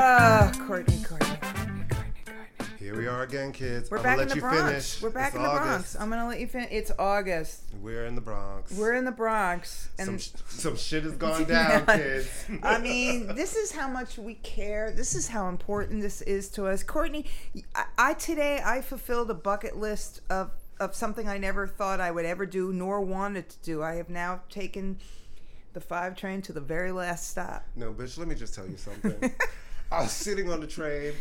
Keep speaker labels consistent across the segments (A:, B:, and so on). A: Ah,
B: are again, kids.
A: We're
B: I'm
A: back
B: gonna
A: in
B: let
A: the
B: you
A: Bronx.
B: finish.
A: We're back
B: It's
A: in the
B: August.
A: Bronx. I'm gonna let you finish. It's August.
B: We're in the Bronx.
A: We're in the Bronx, and
B: some, sh- some shit has gone down, kids.
A: I mean, this is how much we care. This is how important this is to us. Courtney, I, I today I fulfilled a bucket list of of something I never thought I would ever do nor wanted to do. I have now taken the five train to the very last stop.
B: No, bitch, let me just tell you something. I was sitting on the train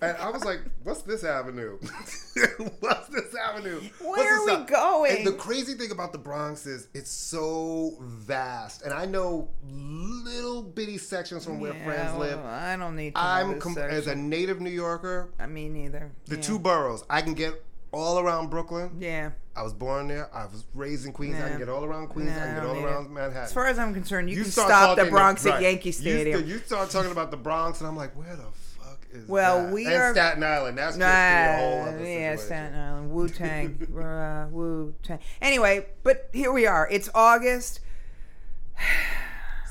B: and I was like, what's this avenue? what's this avenue? What's
A: Where
B: this
A: are we going?
B: And the crazy thing about the Bronx is it's so vast. And I know little bitty sections from where
A: Yeah,
B: friends live.
A: well, I don't need to. know
B: I'm,
A: this
B: com-
A: section.
B: as a native New Yorker,
A: I mean, neither.
B: the
A: yeah.
B: two boroughs, I can get all around Brooklyn.
A: Yeah.
B: I was born there. I was raised in Queens. I
A: Nah.
B: can get all around Queens.
A: Nah,
B: I
A: I
B: can get
A: don't
B: all
A: need
B: around
A: it.
B: Manhattan.
A: As far as I'm concerned, you, can
B: start
A: stop the
B: talking
A: Bronx
B: to-
A: at
B: right.
A: Yankee
B: You
A: Stadium.
B: st- You, start talking about the Bronx, and I'm like, where the fuck is
A: Well,
B: that?
A: we
B: and
A: are-
B: Staten Island. That's just a whole
A: Nah,
B: other
A: yeah,
B: situation.
A: Staten Island, Wu Tang, uh, Wu Tang. Anyway, but here we are. It's August.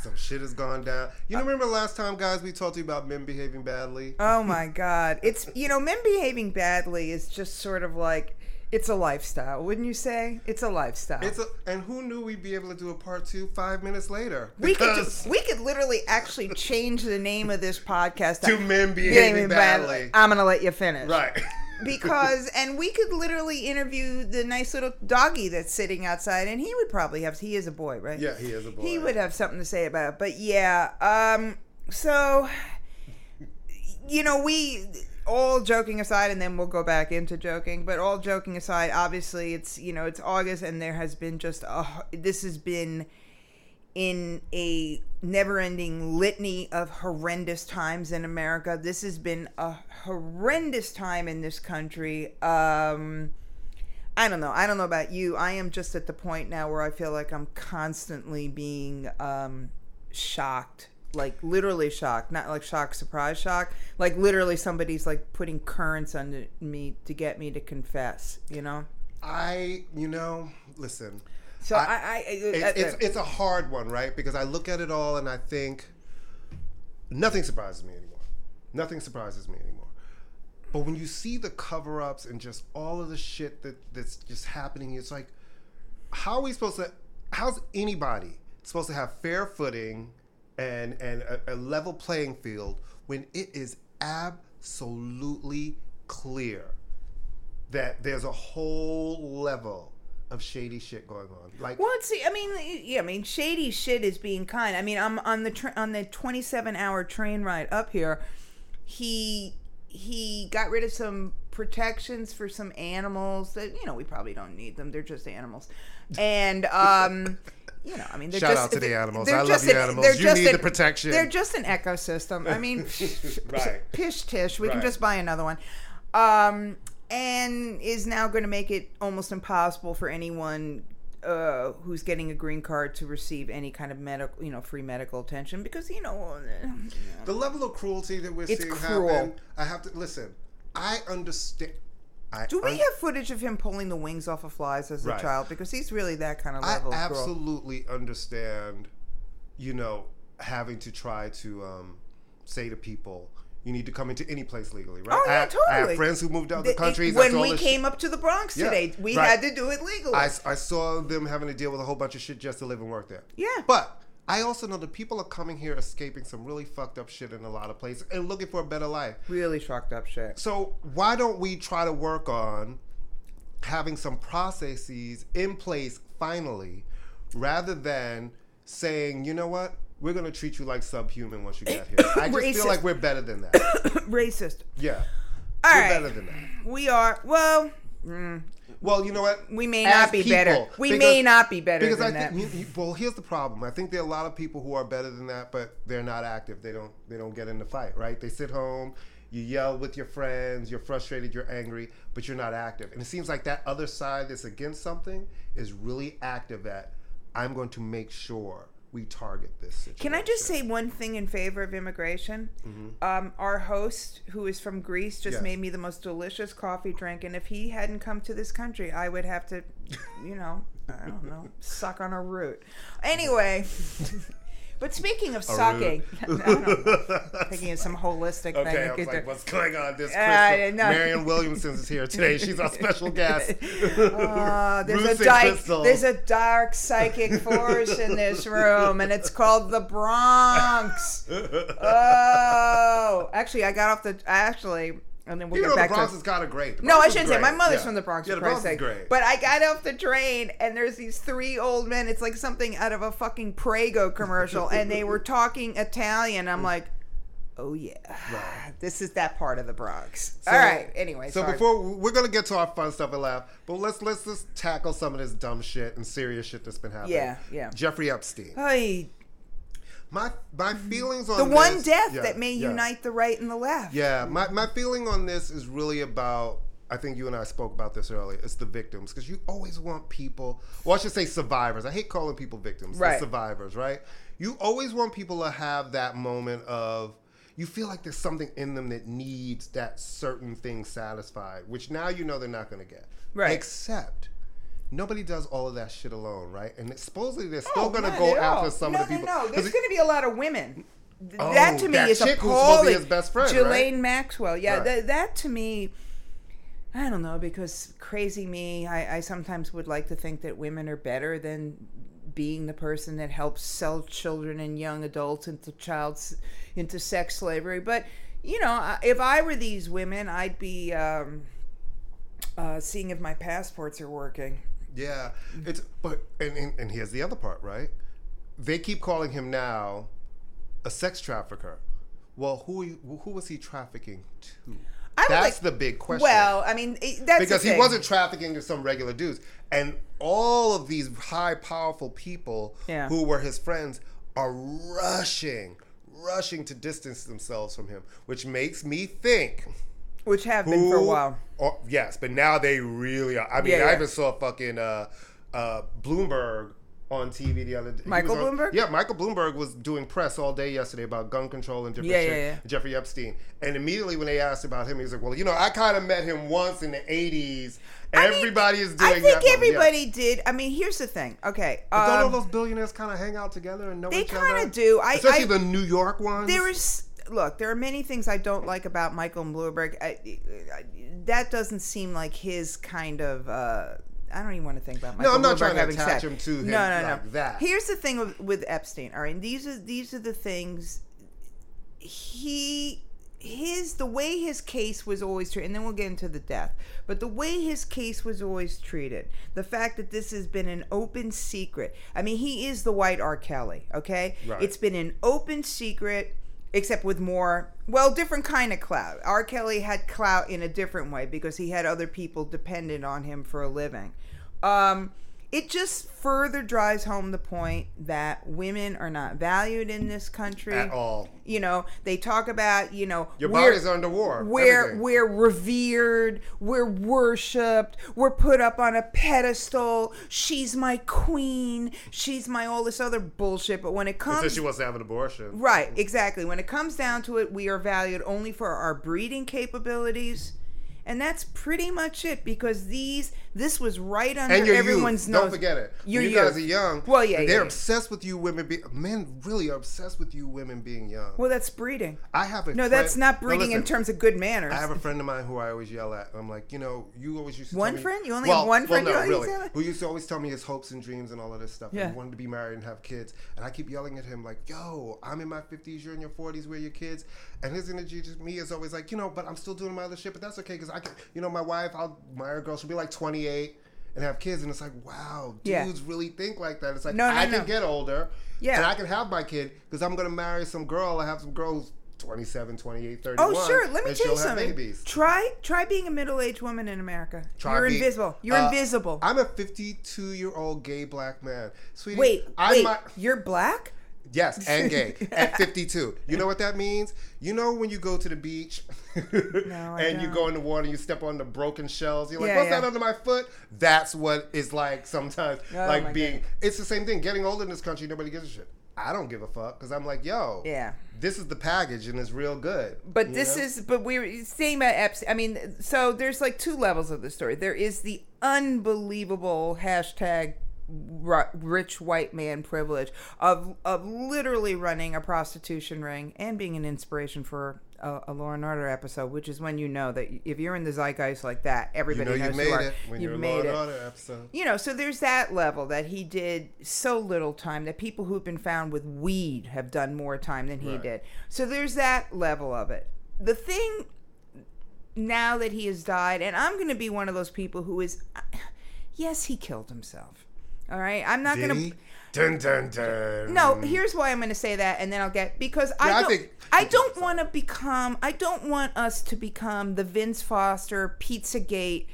B: Some shit has gone down. You know, remember last time, guys, we talked to you about men behaving badly?
A: Oh my God! It's you know, men behaving badly is just sort of like it's a lifestyle, wouldn't you say? It's a lifestyle.
B: It's a, and who knew we'd be able to do a part two five minutes later?
A: we could
B: Because
A: just, we could literally actually change the name of this podcast.
B: two men
A: Behaving
B: behaving badly.
A: I'm gonna let you finish.
B: Right.
A: because and we could literally interview the nice little doggy that's sitting outside and he would probably have he is a boy right
B: Yeah, he is a boy.
A: he would have something to say about it but yeah um so you know we all joking aside and then we'll go back into joking but all joking aside obviously it's you know it's august and there has been just a this has been in a never-ending litany of horrendous times in America. This has been a horrendous time in this country. Um, I don't know. I don't know about you. I am just at the point now where I feel like I'm constantly being um, shocked, like literally shocked, not like shock, surprise, shock. Like literally, somebody's like putting currents under me to get me to confess. You know.
B: I, you know, listen.
A: So I, I, I
B: it's, it's, it's a hard one, right? Because I look at it all and I think nothing surprises me anymore. Nothing surprises me anymore. But when you see the cover ups and just all of the shit that, that's just happening, it's like, how are we supposed to, how's anybody supposed to have fair footing and, and a, a level playing field when it is absolutely clear that there's a whole level of shady shit going on? Like,
A: Well, it's, I mean, yeah, I mean, shady shit is being kind. I mean, I'm on the tra- on the 27 hour train ride up here. He he got rid of some protections for some animals that you know we probably don't need them. They're just animals, and um, you know, I mean, they're
B: Shout
A: just,
B: out to the
A: they're-
B: animals.
A: they're
B: I love
A: just
B: you,
A: an-
B: animals.
A: they're
B: You
A: just
B: need
A: an-
B: the protection.
A: They're just an ecosystem. I mean,
B: Right.
A: pish tish. We can
B: Right.
A: just buy another one. Um, and is now going to make it almost impossible for anyone uh, who's getting a green card to receive any kind of medical, you know, free medical attention because you know. uh,
B: the level of cruelty that we're
A: It's
B: seeing
A: cruel.
B: happen. I have to listen. I understand. I
A: Do we
B: un-
A: have footage of him pulling the wings off of flies as a
B: Uh, Right.
A: child? Because he's really that kind of
B: I
A: level. of girl.
B: absolutely understand. You know, having to try to um, say to people, you need to come into any place legally, right?
A: Oh, yeah,
B: I, I
A: totally.
B: have friends who moved to other
A: The- it-
B: countries. I
A: when
B: saw
A: we
B: this shit.
A: came up to the Bronx
B: Yeah,
A: today, we
B: right.
A: had to do it legally.
B: I, I saw them having to deal with a whole bunch of shit just to live and work there.
A: Yeah.
B: But I also know that people are coming here escaping some really fucked up shit in a lot of places and looking for a better life.
A: really shocked up shit.
B: So why don't we try to work on having some processes in place finally, rather than saying, you know what, we're gonna treat you like subhuman once you get here. I just
A: Racist.
B: feel like we're better than that.
A: Racist.
B: Yeah.
A: All
B: we're
A: right.
B: better than that.
A: We are well. Mm,
B: Well, you know what?
A: We may
B: As
A: not be better. We may not be better
B: because
A: than
B: I
A: that.
B: think, you- you- well, here's the problem. I think there are a lot of people who are better than that, but they're not active. They don't. They don't get in the fight. Right? They sit home. You yell with your friends. You're frustrated. You're angry, but you're not active. And it seems like that other side that's against something is really active at. I'm going to make sure we target this situation.
A: Can I just say one thing in favor of immigration? Um, our host, who is from Greece, just
B: Mm-hmm. Yes.
A: made me the most delicious coffee drink, and if he hadn't come to this country, I would have to, you know, I don't know, suck on a root. Anyway, But speaking of sucking, I don't know. thinking of some holistic thing.
B: Okay,
A: we
B: I was
A: could
B: like,
A: do.
B: what's going on this
A: Uh, I
B: Christmas?
A: didn't know.
B: Marion Williamson is here today. She's our special guest.
A: Uh,
B: Roots
A: there's a
B: and
A: dark,
B: crystals.
A: there's a dark psychic force in this room, and it's called the Bronx. Oh, actually, I got off the actually, and then we'll get
B: You know, the
A: back
B: Bronx
A: to.
B: is kind of great. The
A: No, I
B: Bronx is
A: shouldn't say. My
B: great.
A: mother's
B: Yeah.
A: from the Bronx.
B: Yeah,
A: for
B: the
A: Christ's
B: Bronx is
A: sake.
B: great.
A: But I got off the train, and there's these three old men. It's like something out of a fucking Prego commercial, and they were talking Italian. I'm like, oh yeah, this is that part of the Bronx. All right. Anyway,
B: so
A: sorry.
B: before we're gonna get to our fun stuff and laugh, but let's let's just tackle some of this dumb shit and serious shit that's been happening.
A: Yeah, yeah.
B: Jeffrey Epstein.
A: Hey,
B: My my feelings on
A: the one
B: this-
A: death
B: Yeah,
A: that may
B: yeah.
A: unite the right and the left.
B: Yeah, my, my feeling on this is really about. I think you and I spoke about this earlier. It's the victims because you always want people. Well, I should say survivors. I hate calling people victims. They're
A: Right.
B: survivors, right? You always want people to have that moment of you feel like there's something in them that needs that certain thing satisfied, which now you know they're not going to get.
A: Right.
B: Except nobody does all of that shit alone, right? And supposedly they're still
A: Oh,
B: going to
A: not
B: go
A: at all.
B: after some
A: no,
B: of the people.
A: No, no,
B: 'Cause
A: There's
B: it-
A: going to be a lot of women. Th-
B: Oh,
A: that to me
B: that
A: is
B: chick who's supposed to be
A: appalling.
B: his best friend,
A: Ghislaine
B: right?
A: Maxwell. Yeah,
B: Right.
A: th- that to me, I don't know, because crazy me, I, I sometimes would like to think that women are better than being the person that helps sell children and young adults into child s- into sex slavery. But you know, I- if I were these women, I'd be um, uh, seeing if my passports are working.
B: Yeah, it's but and, and and here's the other part, right? They keep calling him now a sex trafficker. Well, who you- who was he trafficking to?
A: I would
B: That's
A: like-
B: the big question.
A: Well, I mean, it, that's the
B: because he
A: thing.
B: wasn't trafficking to some regular dudes, and all of these high, powerful people
A: Yeah.
B: who were his friends are rushing, rushing to distance themselves from him, which makes me think.
A: which have been for a
B: Who-
A: while.
B: oh, yes, but now they really are. I mean,
A: Yeah,
B: I
A: yeah.
B: even saw fucking uh, uh, Bloomberg on TV the other day. He
A: Michael
B: was on-
A: Bloomberg?
B: Yeah, Michael Bloomberg was doing press all day yesterday about gun control and different
A: Yeah,
B: shit.
A: yeah, yeah.
B: Jeffrey Epstein. And immediately when they asked about him, he was like, well, you know, I kind of met him once in the 80s.
A: I mean,
B: Everybody is doing
A: I think
B: that one,
A: everybody
B: Yeah.
A: did. I mean, here's the thing. Okay,
B: But don't
A: um,
B: all those billionaires kind of hang out together and know
A: they
B: each other?
A: kind of do. I,
B: Especially
A: I
B: the New York ones.
A: there is look. There are many things I don't like about Michael Bloomberg. I, I, that doesn't seem like his kind of. Uh, I don't even want to think about Michael
B: I'm not
A: Bloomberg
B: trying to
A: having
B: attach
A: sex.
B: him to him
A: no, no, no.
B: like that.
A: Here's the thing with, with Epstein. All right, and these are these are the things he his the way his case was always treated and then we'll get into the death but the way his case was always treated the fact that this has been an open secret i mean he is the white r kelly okay
B: Right.
A: it's been an open secret except with more well different kind of clout r kelly had clout in a different way because he had other people dependent on him for a living um it just further drives home the point that women are not valued in this country
B: At all.
A: you know, they talk about, you know,
B: Your
A: we're-
B: body's under war.
A: We're
B: Everything.
A: we're revered, we're worshipped, we're put up on a pedestal. She's my queen. She's my all this other bullshit. But when it
B: Until
A: comes
B: she wants to have an abortion.
A: Right, exactly. When it comes down to it, we are valued only for our breeding capabilities. And that's pretty much it because these this was right under
B: and your
A: everyone's
B: youth.
A: nose.
B: Don't forget it.
A: Your
B: you
A: youth.
B: guys are young.
A: Well, yeah,
B: They're
A: yeah, yeah.
B: obsessed with you women. Be- men really are obsessed with you women being young.
A: Well, that's breeding.
B: I have a
A: No,
B: friend-
A: that's not
B: No,
A: breeding in
B: listen,
A: terms of good manners.
B: I have a friend of mine who I always yell at. I'm like, you know, you always used to
A: One
B: tell me-
A: friend? You only
B: well,
A: have one friend you
B: Well, no,
A: always
B: really.
A: yell at?
B: Who used to always tell me his hopes and dreams and all of this stuff.
A: Yeah.
B: He wanted to be married and have kids, and I keep yelling at him like, "Yo, I'm in my 50s. You're in your 40s. We're your kids." And his energy to me is always like, you know, but I'm still doing my other shit. But that's okay because I can, you know, my wife. I'll marry a girl. She'll be like 28 and have kids. And it's like, wow,
A: Yeah.
B: dudes really think like that. It's like
A: No, no,
B: I
A: no.
B: can get older.
A: Yeah.
B: And I can have my kid because I'm gonna marry some girl. I have some girls. 27, 28, 30.
A: Oh, sure. Let me
B: and
A: tell you
B: she'll have
A: something.
B: Babies.
A: Try try being a middle aged woman in America.
B: Try
A: You're
B: being-
A: invisible. You're
B: uh,
A: invisible.
B: I'm a 52 year old gay black man, sweetie.
A: wait,
B: I
A: wait.
B: might-
A: You're black.
B: yes, and gay at 52. You know what that means? You know when you go to the beach
A: I
B: and you
A: don't.
B: go in the water, and you step on the broken shells. You're like,
A: Yeah,
B: what's
A: yeah.
B: that under my foot? That's what it's like sometimes.
A: Oh, my
B: like being, it's the same thing. Getting old in this country, nobody gives a shit. I don't give a fuck because I'm like, yo,
A: Yeah.
B: this is the package and it's real good.
A: But
B: you
A: this
B: know?
A: is but we were saying about Epstein. I mean, so there's like two levels of the story. There is the unbelievable hashtag ri- rich white man privilege of of literally running a prostitution ring and being an inspiration for a, a Law and Order episode, which is when you know that if you're in the zeitgeist like that,
B: You
A: everybody
B: know you
A: knows you
B: made
A: are.
B: it when
A: You
B: you're a Law
A: made
B: and
A: it.
B: Order episode.
A: You know, so there's that level that he did so little time that people who've been found with weed have done more time than he
B: Right.
A: did. So there's that level of it. The thing now that he has died, and I'm going to be one of those people who is, yes, he killed himself. All right, I'm not
B: Did
A: going
B: he?
A: to.
B: Dun dun dun.
A: No, here's why I'm going to say that, and then I'll get because I
B: Yeah, I
A: don't. I,
B: think-
A: don't want to become. I don't want us to become the Vince Foster PizzaGate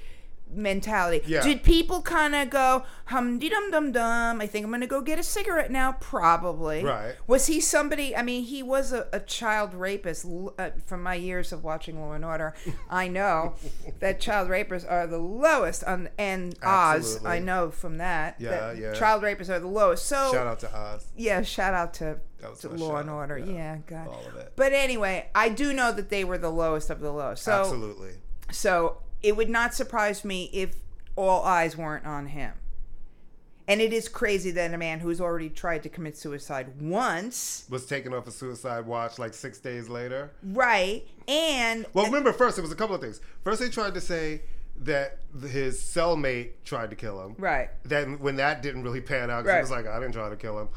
A: mentality.
B: Yeah.
A: Did people kind of go hum de dum dum dum? I think I'm going to go get a cigarette now. Probably.
B: Right.
A: Was he somebody? I mean, he was a, a child rapist. l- Uh, from my years of watching Law and Order, I know that child rapists are the lowest on and Oz.
B: Absolutely.
A: I know from that.
B: Yeah,
A: that
B: yeah.
A: Child rapists are the lowest. So
B: Shout out to Oz.
A: yeah, shout out to,
B: That was
A: to
B: my
A: Law
B: shout
A: and
B: out,
A: Order.
B: yeah.
A: Yeah, God.
B: All of it.
A: But anyway, I do know that they were the lowest of the low. So
B: Absolutely.
A: so it would not surprise me if all eyes weren't on him. And it is crazy that a man who's already tried to commit suicide once,
B: Was taken off a suicide watch like six days later.
A: right? And
B: Well, remember, first, it was a couple of things. First, they tried to say that his cellmate tried to kill him.
A: right.
B: Then, when that didn't really pan out, because
A: Right.
B: he was like, I didn't try to kill him.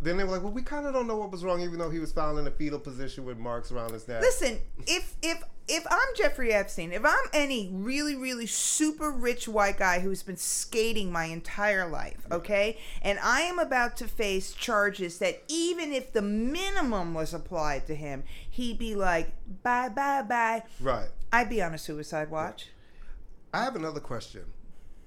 B: Then they were like, well, we kind of don't know what was wrong, even though he was found in a fetal position with marks around his neck.
A: Listen, if if if I'm Jeffrey Epstein, if I'm any really really super rich white guy who's been skating my entire life, okay, and I am about to face charges that even if the minimum was applied to him, he'd be like, bye bye bye.
B: Right.
A: I'd be on a suicide watch.
B: I have another question.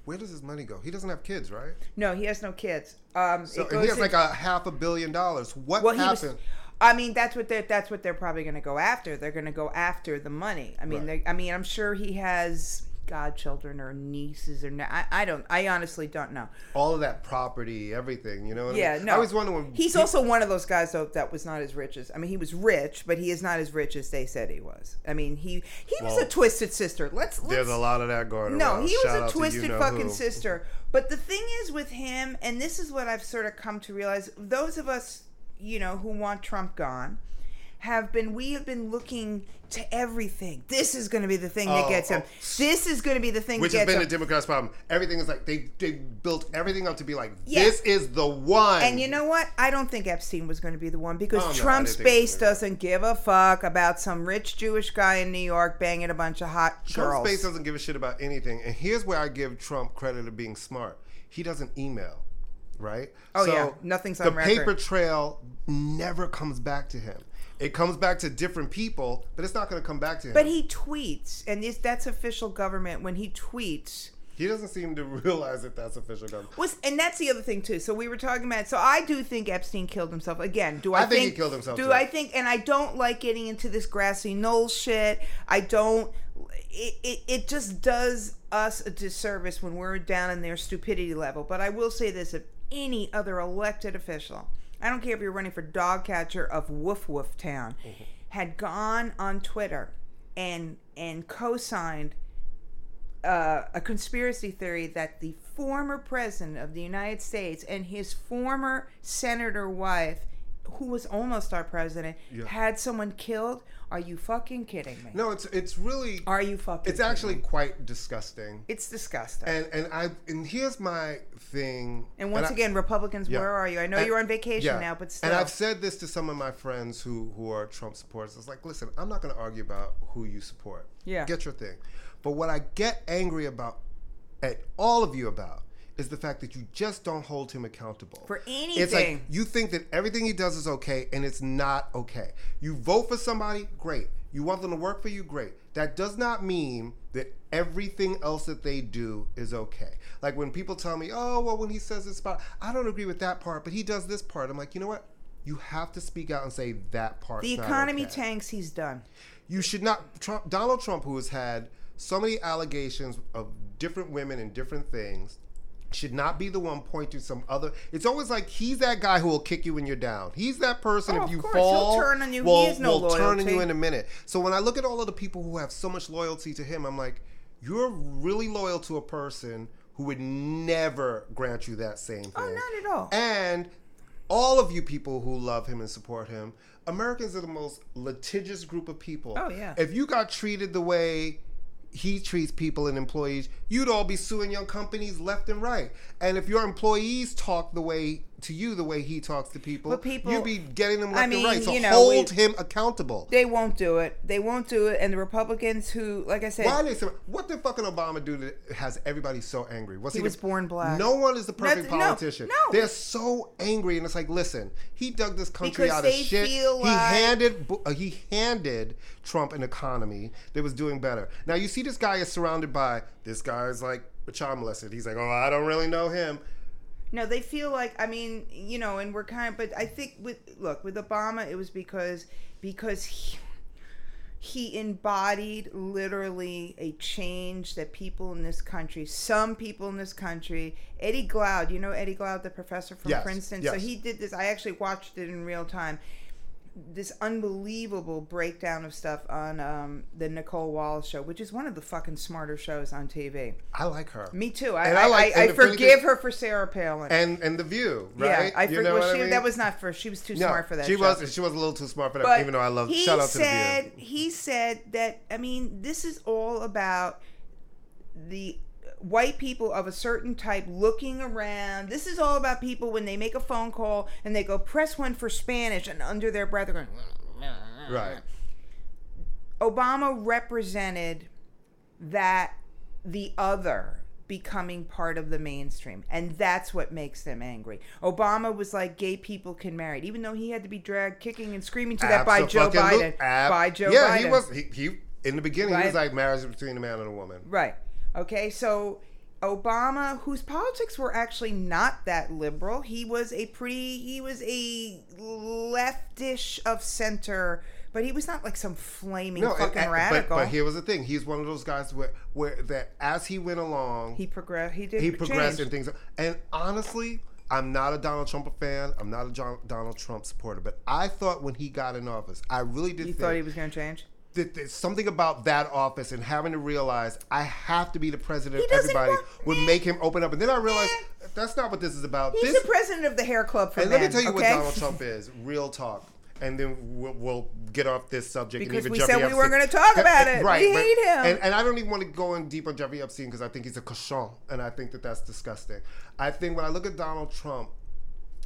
B: Where does his money go? He doesn't have kids, right?
A: No, he has no kids. Um,
B: So
A: it
B: and
A: goes
B: he has
A: in-
B: like a half a billion dollars. What
A: well, he was.
B: happened?
A: I mean, that's what they're that's what they're probably going to go after. They're going to go after the money. I mean,
B: Right.
A: they I mean, I'm sure he has godchildren or nieces or na- I, I don't. I honestly don't know.
B: All of that property, everything. You know what I
A: Yeah,
B: mean?
A: no.
B: I always wonder when
A: He's
B: peop-
A: also one of those guys though that was not as rich as. I mean, he was rich, but he is not as rich as they said he was. I mean, he he was a
B: Well,
A: twisted sister. Let's. let's
B: There's a lot of that going
A: No,
B: around.
A: he was
B: Shout out
A: a
B: to
A: twisted
B: you know
A: fucking
B: who.
A: sister. But the thing is with him, and this is what I've sort of come to realize: those of us, you know, who want Trump gone, have been we have been looking to everything. This is going to be the thing that
B: Oh,
A: gets him.
B: oh.
A: This is going to be the thing
B: Which
A: that
B: has
A: gets
B: been
A: him.
B: the Democrats' problem. Everything is like they they built everything up to be like
A: Yeah.
B: this is the one.
A: And you know what? I don't think Epstein was going to be the one because
B: Oh, no, I
A: Trump's
B: didn't think he
A: base
B: was gonna be.
A: doesn't give a fuck about some rich Jewish guy in New York banging a bunch of hot
B: Trump's
A: girls.
B: base doesn't give a shit about anything. And here's where I give Trump credit of being smart. He doesn't email, right?
A: Oh, yeah. Nothing's on
B: the
A: record.
B: paper trail never comes back to him. It comes back to different people, but it's not going to come back to him.
A: but he tweets, and this, that's official government. When he tweets,
B: He doesn't seem to realize that that's official government.
A: Was and that's the other thing too. So we were talking about. So I do think Epstein killed himself again. Do I,
B: I think he killed himself,
A: Do
B: too.
A: I think? And I don't like getting into this grassy knoll shit. I don't. It, it it just does us a disservice when we're down in their stupidity level. But I will say this: if any other elected official, I don't care if you're running for dog catcher of Woof Woof Town,
B: Mm-hmm.
A: had gone on Twitter and and co-signed uh, a conspiracy theory that the former president of the United States and his former senator wife, who was almost our president,
B: Yeah.
A: had someone killed. Are you fucking kidding me?
B: No, it's it's really
A: Are you fucking?
B: it's
A: kidding
B: actually
A: me?
B: quite disgusting.
A: it's disgusting. And,
B: And and I and here's my thing.
A: once
B: I-
A: again, Republicans,
B: Yeah.
A: where are you? I know
B: And-
A: you're on vacation
B: yeah.
A: now, but still,
B: And I've said this to some of my friends who who are Trump supporters. It's like, listen, I'm not going to argue about who you support.
A: Yeah.
B: get your thing. But what I get angry about at all of you about is the fact that you just don't hold him accountable
A: For
B: It's like
A: anything.
B: you think that everything he does is okay, and it's not okay. You vote for somebody, great. You want them to work for you, great. That does not mean that everything else that they do is okay. Like when people tell me, oh, well, when he says this part, I don't agree with that part, but he does this part. I'm like, you know what? You have to speak out and say that part.
A: the economy
B: Oh, okay.
A: tanks. He's done.
B: You should not. Trump, Donald Trump, who has had so many allegations of different women and different things, should not be the one pointing some other. It's always like he's that guy who will kick you when you're down. He's that person
A: Oh,
B: if
A: of
B: you
A: course. He'll
B: fall,
A: turn on you. He
B: will,
A: has no
B: will turn on you
A: loyalty.
B: in a minute. So when I look at all of the people who have so much loyalty to him, I'm like, you're really loyal to a person. who who would never grant you that same thing.
A: Oh, not at all.
B: And all of you people who love him and support him, Americans are the most litigious group of people.
A: Oh, yeah.
B: If you got treated the way he treats people and employees, you'd all be suing your companies left and right. And if your employees talk the way to you the way he talks to people,
A: But people-
B: you'd be getting them
A: I
B: left
A: mean,
B: and right. So
A: you know,
B: hold
A: we-
B: him accountable.
A: They won't do it. They won't do it. And the Republicans, who, like I said,
B: Why they say what did fucking Obama do that has everybody so angry? Was
A: He was born black.
B: No one is the perfect
A: That's- no,
B: politician.
A: no.
B: They're so angry, and it's like, listen, he dug this country
A: Because
B: out of
A: they
B: shit.
A: feel
B: he
A: like-
B: handed bu- uh, he handed Trump an economy that was doing better. Now you see, this guy is surrounded by this guy is like a child molested. He's like, oh, I don't really know him.
A: No, they feel like I mean, you know, and we're kind of. But I think with look with Obama, it was because because he, he embodied literally a change that people in this country, some people in this country, Eddie Gloud, you know Eddie Gloud, the professor from
B: Yes,
A: Princeton. So
B: yes.
A: he did this. I actually watched it in real time. This unbelievable breakdown of stuff on um, the Nicole Wallace show, which is one of the fucking smarter shows on TV.
B: I like her.
A: Me too. I
B: And I
A: I,
B: like-
A: I, I
B: and if anything-
A: forgive her for Sarah Palin.
B: And and the View, right?
A: Yeah, I
B: You
A: forget.
B: know
A: well,
B: what I
A: she,
B: mean?
A: that was not for. She was too
B: No,
A: smart for that.
B: She
A: show.
B: was she was a little too smart for that.
A: But
B: even though I love
A: he
B: shout out to the
A: said
B: View.
A: he said that. I mean, this is all about the white people of a certain type looking around. This is all about people when they make a phone call and they go press one for Spanish, and under their breath they're going.
B: Right.
A: Obama represented that the other becoming part of the mainstream and that's what makes them angry obama was like gay people can marry even though he had to be dragged kicking and screaming to that by joe
B: Abso-fucking-lu-
A: biden
B: ab-
A: by joe
B: yeah,
A: biden
B: he was. He, he in the beginning he was
A: Right.
B: like marriage is between a man and a woman.
A: right okay so obama whose politics were actually not that liberal he was a pretty he was a leftish of center but he was not like some flaming
B: No, and-
A: fucking
B: and- but-
A: radical
B: But, here was the thing: he's one of those guys where, where that as he went along,
A: he
B: he,
A: progressed he did
B: progressed
A: change.
B: and things. And honestly, I'm not a Donald Trump fan. I'm not a John, Donald Trump supporter. But I thought when he got in office, I really did
A: You
B: think
A: thought he was going to change?
B: that there's something about that office and having to realize I have to be the president.
A: He
B: of
A: doesn't
B: Everybody
A: want-
B: would make him open up. And then I realized
A: Eh.
B: that's not what this is about.
A: He's
B: this
A: the president of the hair club for
B: And
A: men.
B: let me tell you
A: okay?
B: what Donald Trump is. Real talk. And then we'll, we'll get off this subject.
A: Because
B: and even
A: we
B: Jeffrey
A: said we
B: Epstein.
A: weren't gonna talk about it. We
B: but-
A: hate him.
B: And, and I don't even want to go in deep on Jeffrey Epstein because I think he's a cochon, and I think that that's disgusting. I think when I look at Donald Trump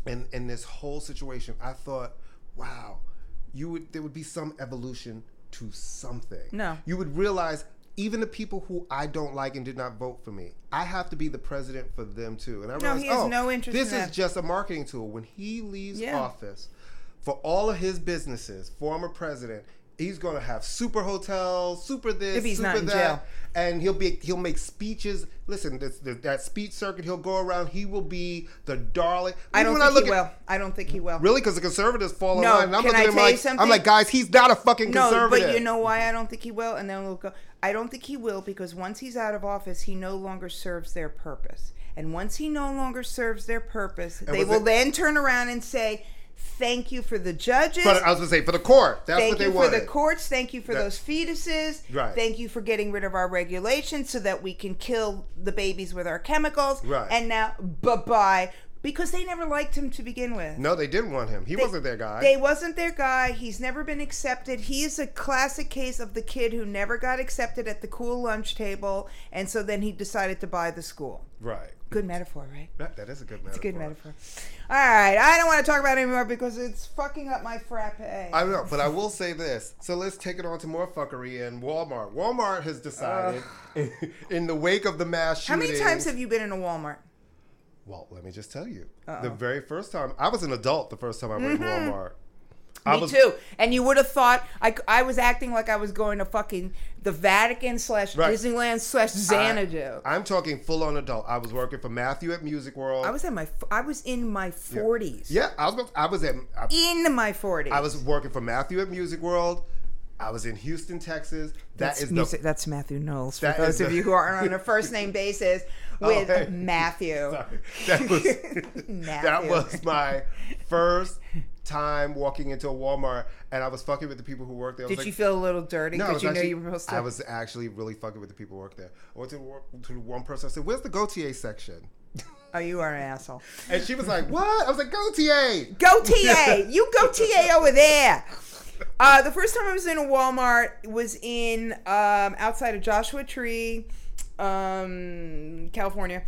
B: and and this whole situation, I thought, wow, you would there would be some evolution to something.
A: No.
B: you would realize. Even the people who I don't like and did not vote for me, I have to be the president for them too. And I
A: No,
B: realized,
A: he has
B: oh,
A: no interest
B: This
A: in
B: is
A: that.
B: just a marketing tool. When he leaves
A: Yeah.
B: office, for all of his businesses, former president, he's going to have super hotels, super this,
A: If he's
B: super
A: not in
B: that,
A: jail.
B: and he'll be he'll make speeches. Listen, this, the, that speech circuit he'll go around. He will be the darling.
A: I don't
B: Even
A: think
B: when
A: he
B: look
A: will. I don't think he will.
B: Really, because the conservatives fall in
A: No,
B: line. And I'm
A: can
B: looking
A: I
B: at him
A: tell you
B: like I'm
A: something?
B: like, guys, he's not a fucking
A: No,
B: conservative.
A: but you know why I don't think he will, and then we'll go. I don't think he will because once he's out of office, he no longer serves their purpose. And once he no longer serves their purpose, they
B: was
A: will
B: it-
A: then turn around and say, "Thank you for the judges.
B: But I was gonna say for the court, that's what
A: Thank
B: they
A: you for
B: wanted.
A: the courts. Thank you for
B: That-
A: those fetuses.
B: Right.
A: Thank you for getting rid of our regulations so that we can kill the babies with our chemicals.
B: Right.
A: And now, bye bye. Because they never liked him to begin with.
B: No, they didn't want him. He wasn't their guy.
A: They wasn't their guy. He's never been accepted. He is a classic case of the kid who never got accepted at the cool lunch table. And so then he decided to buy the school.
B: right.
A: Good metaphor, right?
B: That, that is a good metaphor.
A: It's a good metaphor. All right. I don't want to talk about it anymore because it's fucking up my frappe.
B: I don't know, but I will say this. So let's take it on to more fuckery in Walmart. Walmart has decided, in the wake of the mass
A: How
B: shootings.
A: many times have you been in a Walmart?
B: Well, let me just tell you. The very first time, I was an adult the first time I went to Walmart. I
A: Mm-hmm. Me
B: was,
A: too. And you would have thought I, c- I was acting like I was going to fucking the Vatican slash
B: Right.
A: Disneyland slash Xanadu. I,
B: I, am talking full on adult. I was working for Matthew at Music World.
A: was in my f- I was in my forties.
B: yeah, I was. about- I was at. I,
A: In my forties.
B: I was working for Matthew at Music World. I was in Houston, Texas. That
A: That's
B: is
A: music. that's Matthew Knowles. For
B: That is
A: those of
B: the- Oh,
A: you who are on a first name basis with
B: hey.
A: Matthew.
B: the. Sorry, that was. that
A: Matthew.
B: was my first time walking into a Walmart and I was fucking with the people who work there. I was
A: Did
B: like,
A: you feel a little dirty
B: I
A: because
B: was
A: you know
B: actually-
A: you were supposed to?
B: I was actually really fucking with the people who work there. I went to, the wor- to the one person. I said, "Where's the Gautier section?"
A: oh, you are an asshole.
B: And she was like, "What?" I was like, "Gautier."
A: Go TA. you go TA over there. Uh, the first time I was in a Walmart was in um, outside of Joshua Tree, um, California.